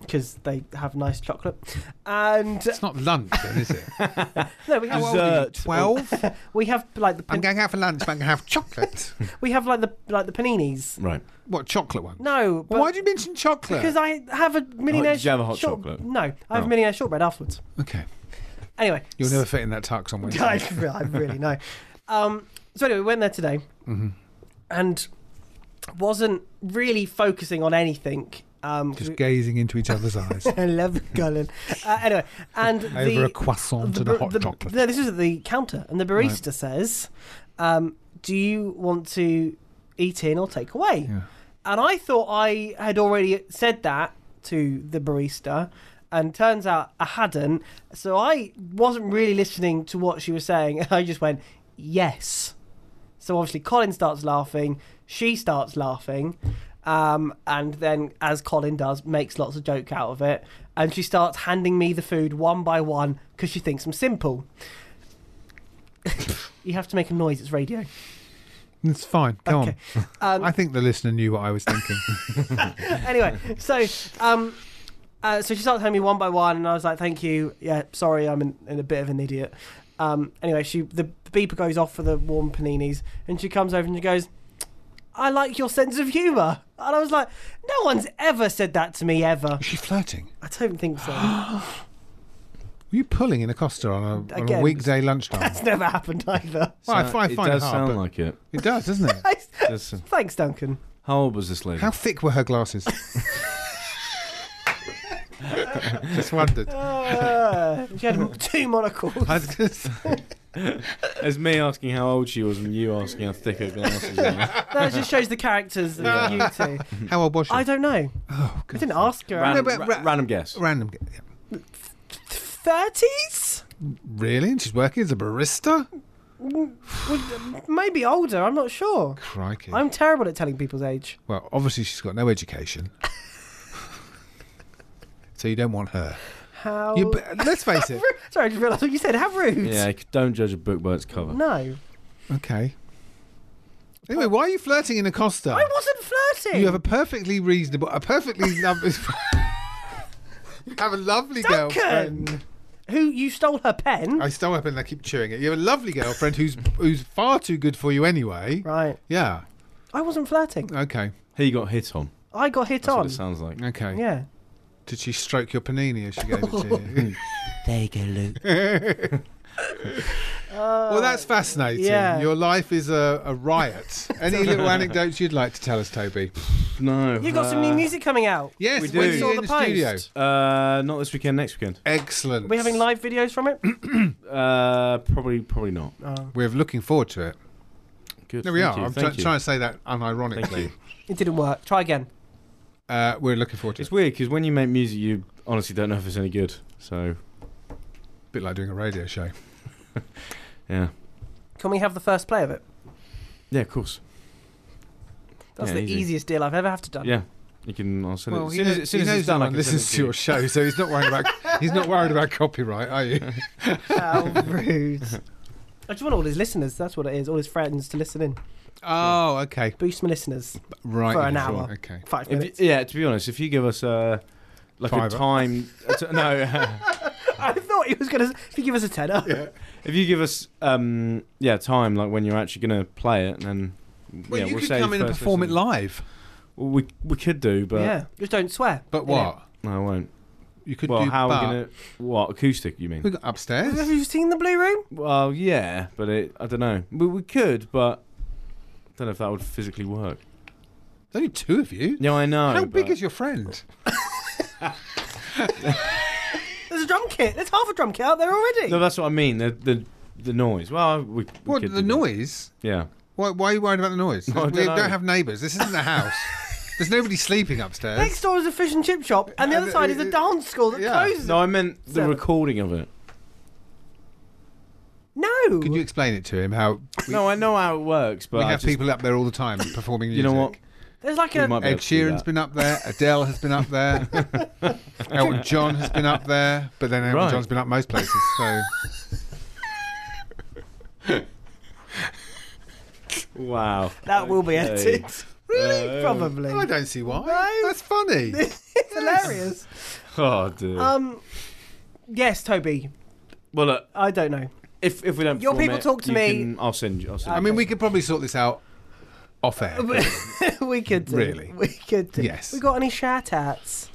because they have nice chocolate. And It's not lunch, then, is it? no, we have How old are you? Dessert. Twelve. we have like the pan- I'm going out for lunch, but I'm going to have chocolate. we have like the like the paninis. Right. what chocolate one? No, but Why do you mention chocolate? because I have a millionaire. did you have a hot short- chocolate? No, I have Oh. a millionaire shortbread afterwards. okay, Anyway, you'll never fit in that tux on Wednesday. I, re- I really know. Um, so anyway, we went there today, Mm-hmm. and wasn't really focusing on anything. Um, 'cause Just we- gazing into each other's eyes I love Colin. Uh, anyway, and over the, a croissant the and a bar- hot the- chocolate. No, this is at the counter, and the barista says, um, "Do you want to eat in or take away?" Yeah. And I thought I had already said that to the barista, and turns out I hadn't. So I wasn't really listening to what she was saying, and I just went, "Yes." So obviously, Colin starts laughing. She starts laughing. Um, and then, as Colin does, makes lots of joke out of it. And she starts handing me the food one by one because she thinks I'm simple. you have to make a noise. It's radio. It's fine. Go Okay. um, on. I think the listener knew what I was thinking. anyway, so um, uh, so she started telling me one by one, and I was like, "Thank you. Yeah, sorry, I'm in, in a bit of an idiot." Um, anyway, she the beeper goes off for the warm paninis, and she comes over and she goes, "I like your sense of humour," and I was like, "No one's ever said that to me ever. Is she flirting? I don't think so. Were you pulling in a Costa on a, on a Again, weekday lunchtime? That's never happened either." Well, I, fi- I it find does it hard, sound but like it. it does, doesn't it? Does- Thanks, Duncan. how old was this lady? How thick were her glasses? Just wondered. Uh, she had two monocles. I was gonna say, As me asking how old she was and you asking how thick her glasses are. That just shows the characters of you two. How old was she? I don't know. Oh, I didn't ask her. Random, ra- random guess. Random guess. Thirties? Really? And she's working as a barista? Maybe older. I'm not sure. Crikey. I'm terrible at telling people's age. Well, obviously she's got no education. so you don't want her. How? You be- let's face it. Sorry, I just realised what you said. How rude. Yeah, c- don't judge a book by its cover. No. Okay. Anyway, why are you flirting in Acosta? I wasn't flirting. You have a perfectly reasonable, a perfectly lovely. you have a lovely Duncan! girlfriend. Who you stole her pen? I stole her pen. and I keep chewing it. You have a lovely girlfriend who's who's far too good for you anyway. Right. Yeah. I wasn't flirting. Okay. He got hit on. I got hit That's on. what it sounds like. Okay. Yeah. Did she stroke your panini as she gave it to you? there you go, Luke. well, that's fascinating. yeah. Your life is a, a riot. Any little anecdotes you'd like to tell us, Toby? No. You got some Uh, new music coming out. Yes, We do. we do. When you saw in the the post. studio. Uh, not this weekend. Next weekend. Excellent. We're having live videos from it. Uh, probably, probably not. Oh. We're looking forward to it. Good. There we thank are. you, I'm thank try- you. trying to say that unironically. Thank It didn't work. Try again. Uh, we're looking forward to it. It's weird because when you make music, you honestly don't know if it's any good. So, bit like doing a radio show. yeah, Can we have the first play of it? yeah, of course. That's Yeah, the easy. easiest deal I've ever have to done. Yeah, you can. I'll send it. Well, As he, soon as, knows- as soon he as knows it's done, no I one can send listens it to your show, so he's not worried about he's not worried about copyright, are you? How rude. I just want all his listeners. That's what it is. All his friends to listen in. Oh, okay, Boost my listeners right. for an yeah, hour. Okay. Five If you- minutes. yeah, to be honest, if you give us uh, like Fiver. a time, a t- no, I thought he was gonna. If you give us a tenner, if you give us um, yeah time, like when you're actually going to play it, then Well, yeah, you we'll could save come in and first perform it listen. live. Well, we we could do, but yeah, just don't swear. But what? no, I won't. You could well, do. how but are we going to what acoustic? You mean? We got upstairs. Have you seen the Blue Room? Well, yeah, but it, I don't know. We, we could, but I don't know if that would physically work. There's only two of you. No, I know. How big but- is your friend? There's a drum kit. There's half a drum kit out there already. No, that's what I mean. The the the noise. Well, we, we What could the do that. noise? Yeah. Why, why are you worried about the noise? I we don't know. don't have neighbours. This isn't a house. There's nobody sleeping upstairs. Next door is a fish and chip shop, and the other side is a dance school that Yeah. closes. No, I meant the Seven. recording of it. No. Can you explain it to him how we, no, I know how it works, but we I have just- people up there all the time performing You music? know what? There's like We a. might be Ed able to do Sheeran's that. been up there. Adele has been up there. Elton John has been up there, but then Elton Right. John's been up most places. So Wow. That will be Okay. edited. really, Probably. Oh, I don't see why. No. That's funny. it's hilarious. Oh dear. Um, yes, Toby. well, look, I don't know. if if we don't Your perform people it, talk to you me. can- I'll send you. I'll send I mean, we could probably sort this out off air. we could do. Really? We could do. Yes. We got any shout outs?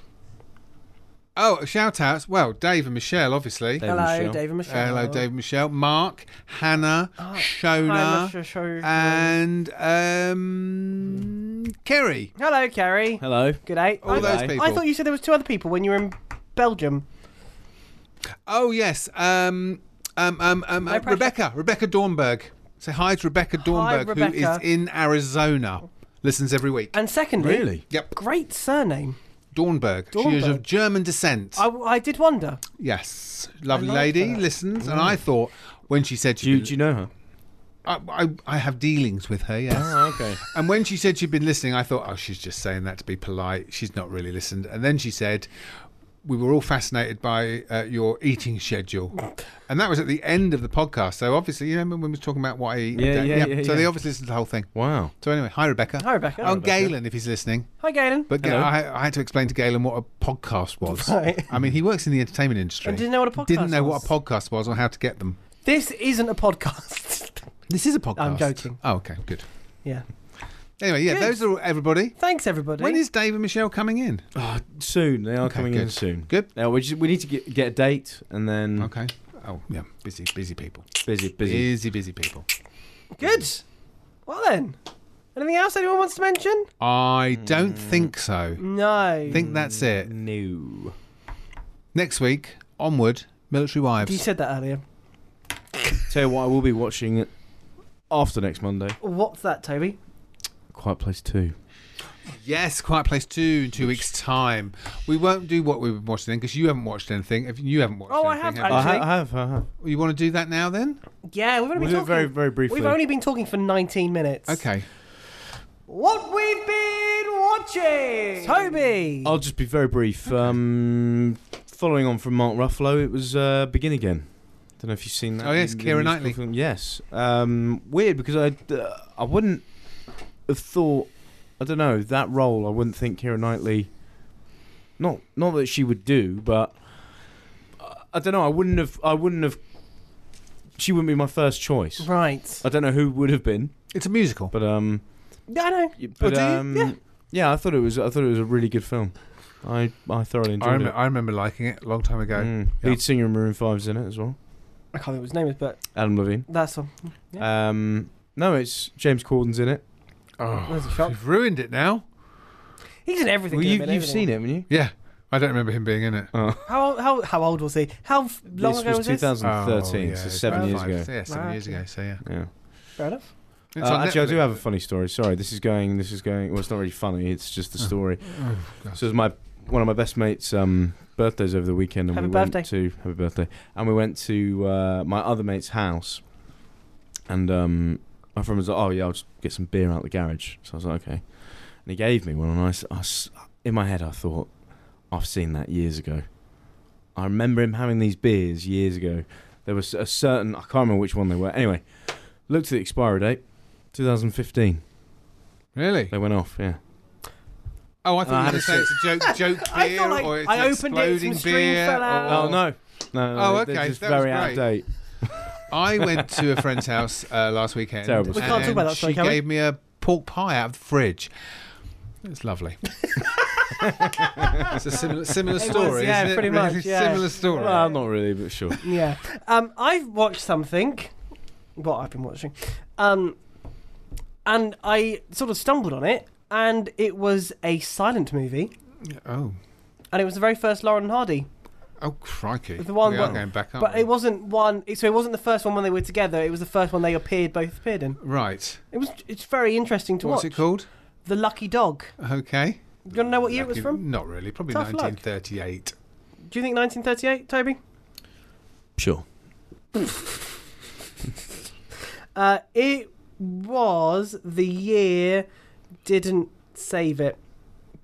Oh, shout outs. Well, Dave and Michelle, obviously. Dave and Hello, Michelle. Dave and Michelle. Hello, Dave and Michelle. Mark, Hannah, Oh, Hi, Shona, Michelle, Shona. and um, Kerry. Hello, Kerry. Hello. Good day. All I, those I people. thought you said there was two other people when you were in Belgium. Oh yes, um, um, um, um, No uh, pressure. Rebecca, Rebecca Dornberg. Say hi to Rebecca Dornberg, who is Rebecca. in Arizona. Listens every week. And secondly, Really? Yep, great surname. Dornberg. She is Dornberg. of German descent. I, I did wonder. yes, lovely like Mm. lady. that. Listens, and I thought when she said Do she, you, do you know her? I, I, I have dealings with her. Yes. Oh, okay. And when she said she'd been listening, I thought, oh, she's just saying that to be polite. She's not really listened. And then she said, we were all fascinated by uh, your eating schedule. And that was at the end of the podcast. So obviously, you know, when we were talking about what I eat. Yeah, don't- yeah, yeah, so yeah. they obviously listened to the whole thing. Wow. So anyway, hi, Rebecca. Hi, Rebecca. Oh, Galen, if he's listening. Hi, Galen. But Ga- Hello. I, I had to explain to Galen what a podcast was. Right. I mean, he works in the entertainment industry. And didn't know what a Didn't podcast know was. what a podcast was or how to get them. This isn't a podcast. This is a podcast. I'm joking. Oh, okay, good. yeah. Anyway, yeah, Good. those are all, everybody. Thanks, everybody. When is Dave and Michelle coming in? Oh, soon they are Okay, coming in good. soon. Good. Now we just we need to get get a date and then Okay. Oh, yeah. Busy, busy people. busy busy. Busy, busy people. Good. Well then, anything else anyone wants to mention? I don't think so. No. I think that's it. No. Next week, onward, military you wives. said that earlier. Tell you what, I will be watching after next Monday. What's that, Toby? Quiet Place Two. Yes, Quiet Place 2 in two weeks' time. We won't do what we've been watching then because you haven't watched anything. If You haven't watched Oh, I anything. have, have you? actually. I ha- I have, I have. You want to do that now then? Yeah, we've only been We'll do it talking very, very briefly. We've only been talking for 19 minutes. Okay. What we've been watching, Toby. Oh. I'll just be very brief. Um, following on from Mark Ruffalo, it was uh, Begin Again. Don't know if you've seen that. Oh, yes, in the Keira musical Knightley. Film. Yes. Um, weird because I uh, I wouldn't have thought. I don't know that role. I wouldn't think Keira Knightley. Not not that she would do, but uh, I don't know. I wouldn't have. I wouldn't have. She wouldn't be my first choice. Right. I don't know who would have been. It's a musical. But um. I know. But do you? um. Yeah. yeah, I thought it was. I thought it was a really good film. I I thoroughly enjoyed I, it. rem- I remember liking it a long time ago. Mm. Lead singer of Maroon 5's in it as well. I can't think what his name is, but Adam Levine. that's all. Um, no, it's James Corden's in it. There's a Oh, shock. you've ruined it now. He's in everything. Well, in a you, bit, you've hasn't seen he? it, haven't you? Yeah. I don't remember him being in it. How how how old was he? How f- long this ago was, was this? 2013, Oh, so yeah, seven years five- ago. yeah, seven years ago, so yeah. Yeah. Fair enough. It's Uh, on actually, I do Netflix. have a funny story. Sorry, this is going. This is going. Well, it's not really funny. It's just the Oh. story. Oh, gosh. so it was my one of my best mates' um, birthdays over the weekend, and Happy we birthday. went to happy birthday, and we went to uh, my other mate's house, and um, my friend was like, "Oh yeah, I'll just get some beer out the garage." So I was like, "Okay," and he gave me one, and I s- I s- in my head I thought, "I've seen that years ago." I remember him having these beers years ago. There was a certain I can't remember which one they were. Anyway, looked at the expiry date, 2015. Really? They went off. Yeah. Uh, Oh, I thought I you had were a saying it's a joke, joke I beer thought, like, or it's I an opened it, some exploding string beer. fell out. or- Oh no, no. Oh, they're okay, Just that was very out great. of date. I went to a friend's house uh, last weekend. Terrible We can't talk about and that story, She can we? gave me a pork pie out of the fridge. It's lovely. it's a similar similar It was, story. yeah, isn't it? pretty Really much, yeah. Similar story. Well, not really, but sure. Yeah. Um, I've watched something. What I've been watching. Um, and I sort of stumbled on it, and it was a silent movie, um, Oh, and it was the very first Lauren Hardy. oh, crikey! The one we where- are going back up. But it wasn't one. So it wasn't the first one when they were together. It was the first one they appeared both appeared in. right. It was. It's very interesting to What's watch. it called? The Lucky Dog. Okay. Do you want to know what year it was Lucky- from? Not really. Probably Tough luck. 1938. Do you think 1938, Toby? Sure. Uh, it was the year. Didn't save it,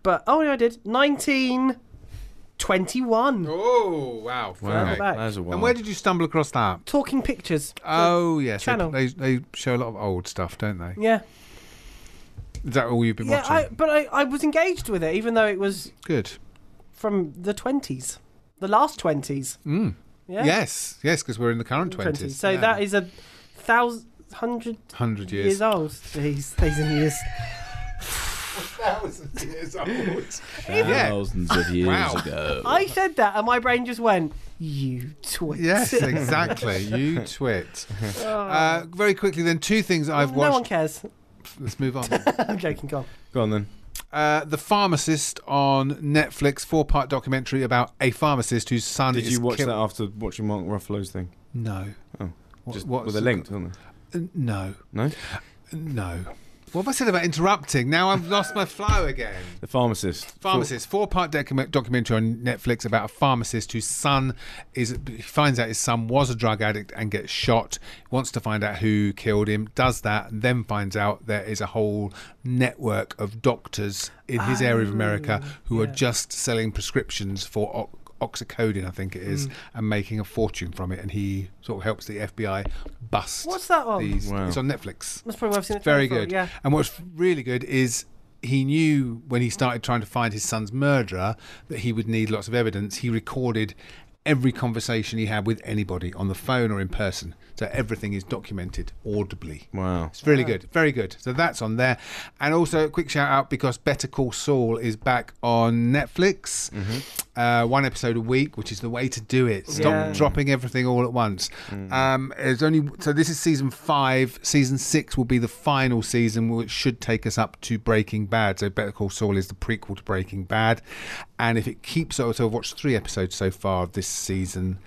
but oh yeah, I did. 1921. Oh wow! Wow, Okay. that is a And while. where did you stumble across that? Talking Pictures. Oh yes, they- channel. They, they show a lot of old stuff, don't they? Yeah. Is that all you've been Yeah, watching? I, but I, I was engaged with it, even though it was Good. from the 20s, the last 20s. Mm. Yeah. Yes, yes, because we're in the current twenties. So that is a thousand, hundred hundred years. years. old. These days and years. Thousands years old. Thousands of years Wow. ago. I said that, and my brain just went, "You twit." Yes, exactly. you twit. Uh, very quickly, then, two things I've no one watched. cares. Let's move on. I'm joking. Go on. Go on then. Uh, the Pharmacist on Netflix, four-part documentary about a pharmacist whose son Did is you watch killed- that after watching Mark Ruffalo's thing? No. Oh, What- just what's well, they're the- linked, aren't Uh, No. they? No. No. What have I said about interrupting? Now I've lost my flow again. The pharmacist. Pharmacist, four part docu- documentary on Netflix about a pharmacist whose son is, he finds out his son was a drug addict and gets shot. Wants to find out who killed him, does that, and then finds out there is a whole network of doctors in his area of America Oh, who are just selling prescriptions for o- oxycodone, I think it is, Mm. and making a fortune from it. And he sort of helps the FBI bust What's that on? these. Wow. It's on Netflix. That's probably where I've seen it. It's very before, good. Yeah. And what's really good is he knew when he started trying to find his son's murderer that he would need lots of evidence. He recorded every conversation he had with anybody on the phone or in person. So everything is documented audibly. Wow. It's really good. Very good. So that's on there. And also a quick shout out because Better Call Saul is back on Netflix. Uh, one episode a week, which is the way to do it. Stop Yeah. dropping everything all at once. Um, there's only so this is season five. Season six will be the final season, which should take us up to Breaking Bad. So Better Call Saul is the prequel to Breaking Bad, and if it keeps so, so I've watched three episodes so far of this season.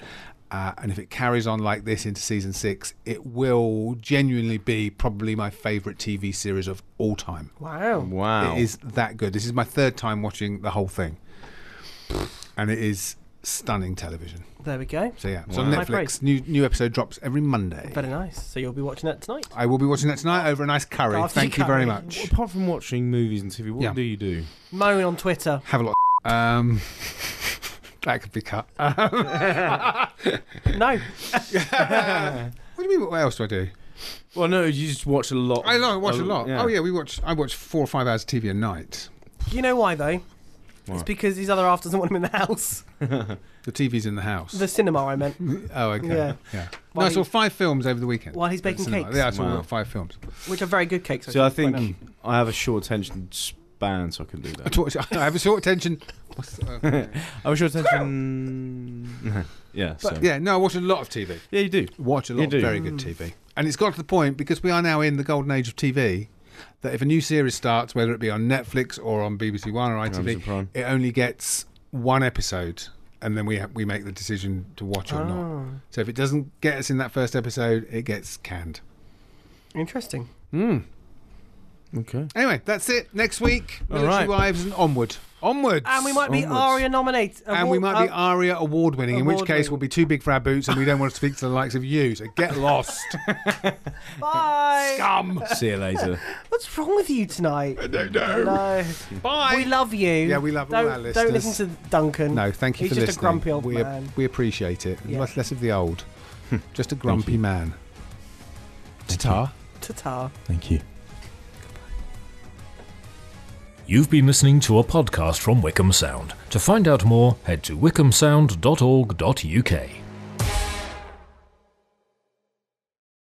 Uh, and if it carries on like this into season six, it will genuinely be probably my favourite TV series of all time. Wow. Wow. It is that good. This is my third time watching the whole thing. And it is stunning television. There we go. So, yeah. So, Wow. on High praise. Netflix, new, new episode drops every Monday. Very nice. So you'll be watching that tonight. I will be watching that tonight over a nice curry. After Thank your you very curry. much. Apart from watching movies and TV, what Yeah. do you do? Moan on Twitter. Have a lot of um, That could be cut. no. What do you mean? What else do I do? Well, no, you just watch a lot. I know, I watch a lot. yeah. Oh yeah, we watch. I watch four or five hours of TV a night. You know why though? It's What? because his other half doesn't want him in the house. the TV's in the house. The cinema, I meant. oh, okay. Yeah. Yeah. While No, I saw he- five films over the weekend. While he's baking Cinema. cakes. Yeah, I saw Wow. five films. Which are very good cakes. So I actually, right think I have a short attention span, so I can do I, that. taught, I have a short attention. What's the, I have a short attention. yeah. So. But, yeah, no, I watch a lot of TV. Yeah, you do. Watch a You lot of do. very Mm. good TV. And it's got to the point, because we are now in the golden age of TV, that if a new series starts, whether it be on Netflix or on BBC One or Amazon ITV, Prime. it only gets one episode. And then we ha- we make the decision to watch or Oh. not. So if it doesn't get us in that first episode, it gets canned. now. Interesting. Mm. Okay. Anyway, that's it. Next week, All Military right. Wives and Onward. Onwards. And we might be Onwards. ARIA nominated. And we might be uh, ARIA award winning, in which case award-winning. we'll be too big for our boots and we don't want to speak to the likes of you. So get lost. Bye. Scum. See you later. What's wrong with you tonight? No, no. Bye. We love you. Yeah, we love don't, all our listeners. Don't listen to Duncan. No, thank you He's for just listening. a grumpy old we, man. we appreciate it. Yeah. Less, less of the old. Just a grumpy man. Ta-ta. Ta-ta. Thank you. You've been listening to a podcast from Wickham Sound. To find out more, head to wickhamsound.org.uk.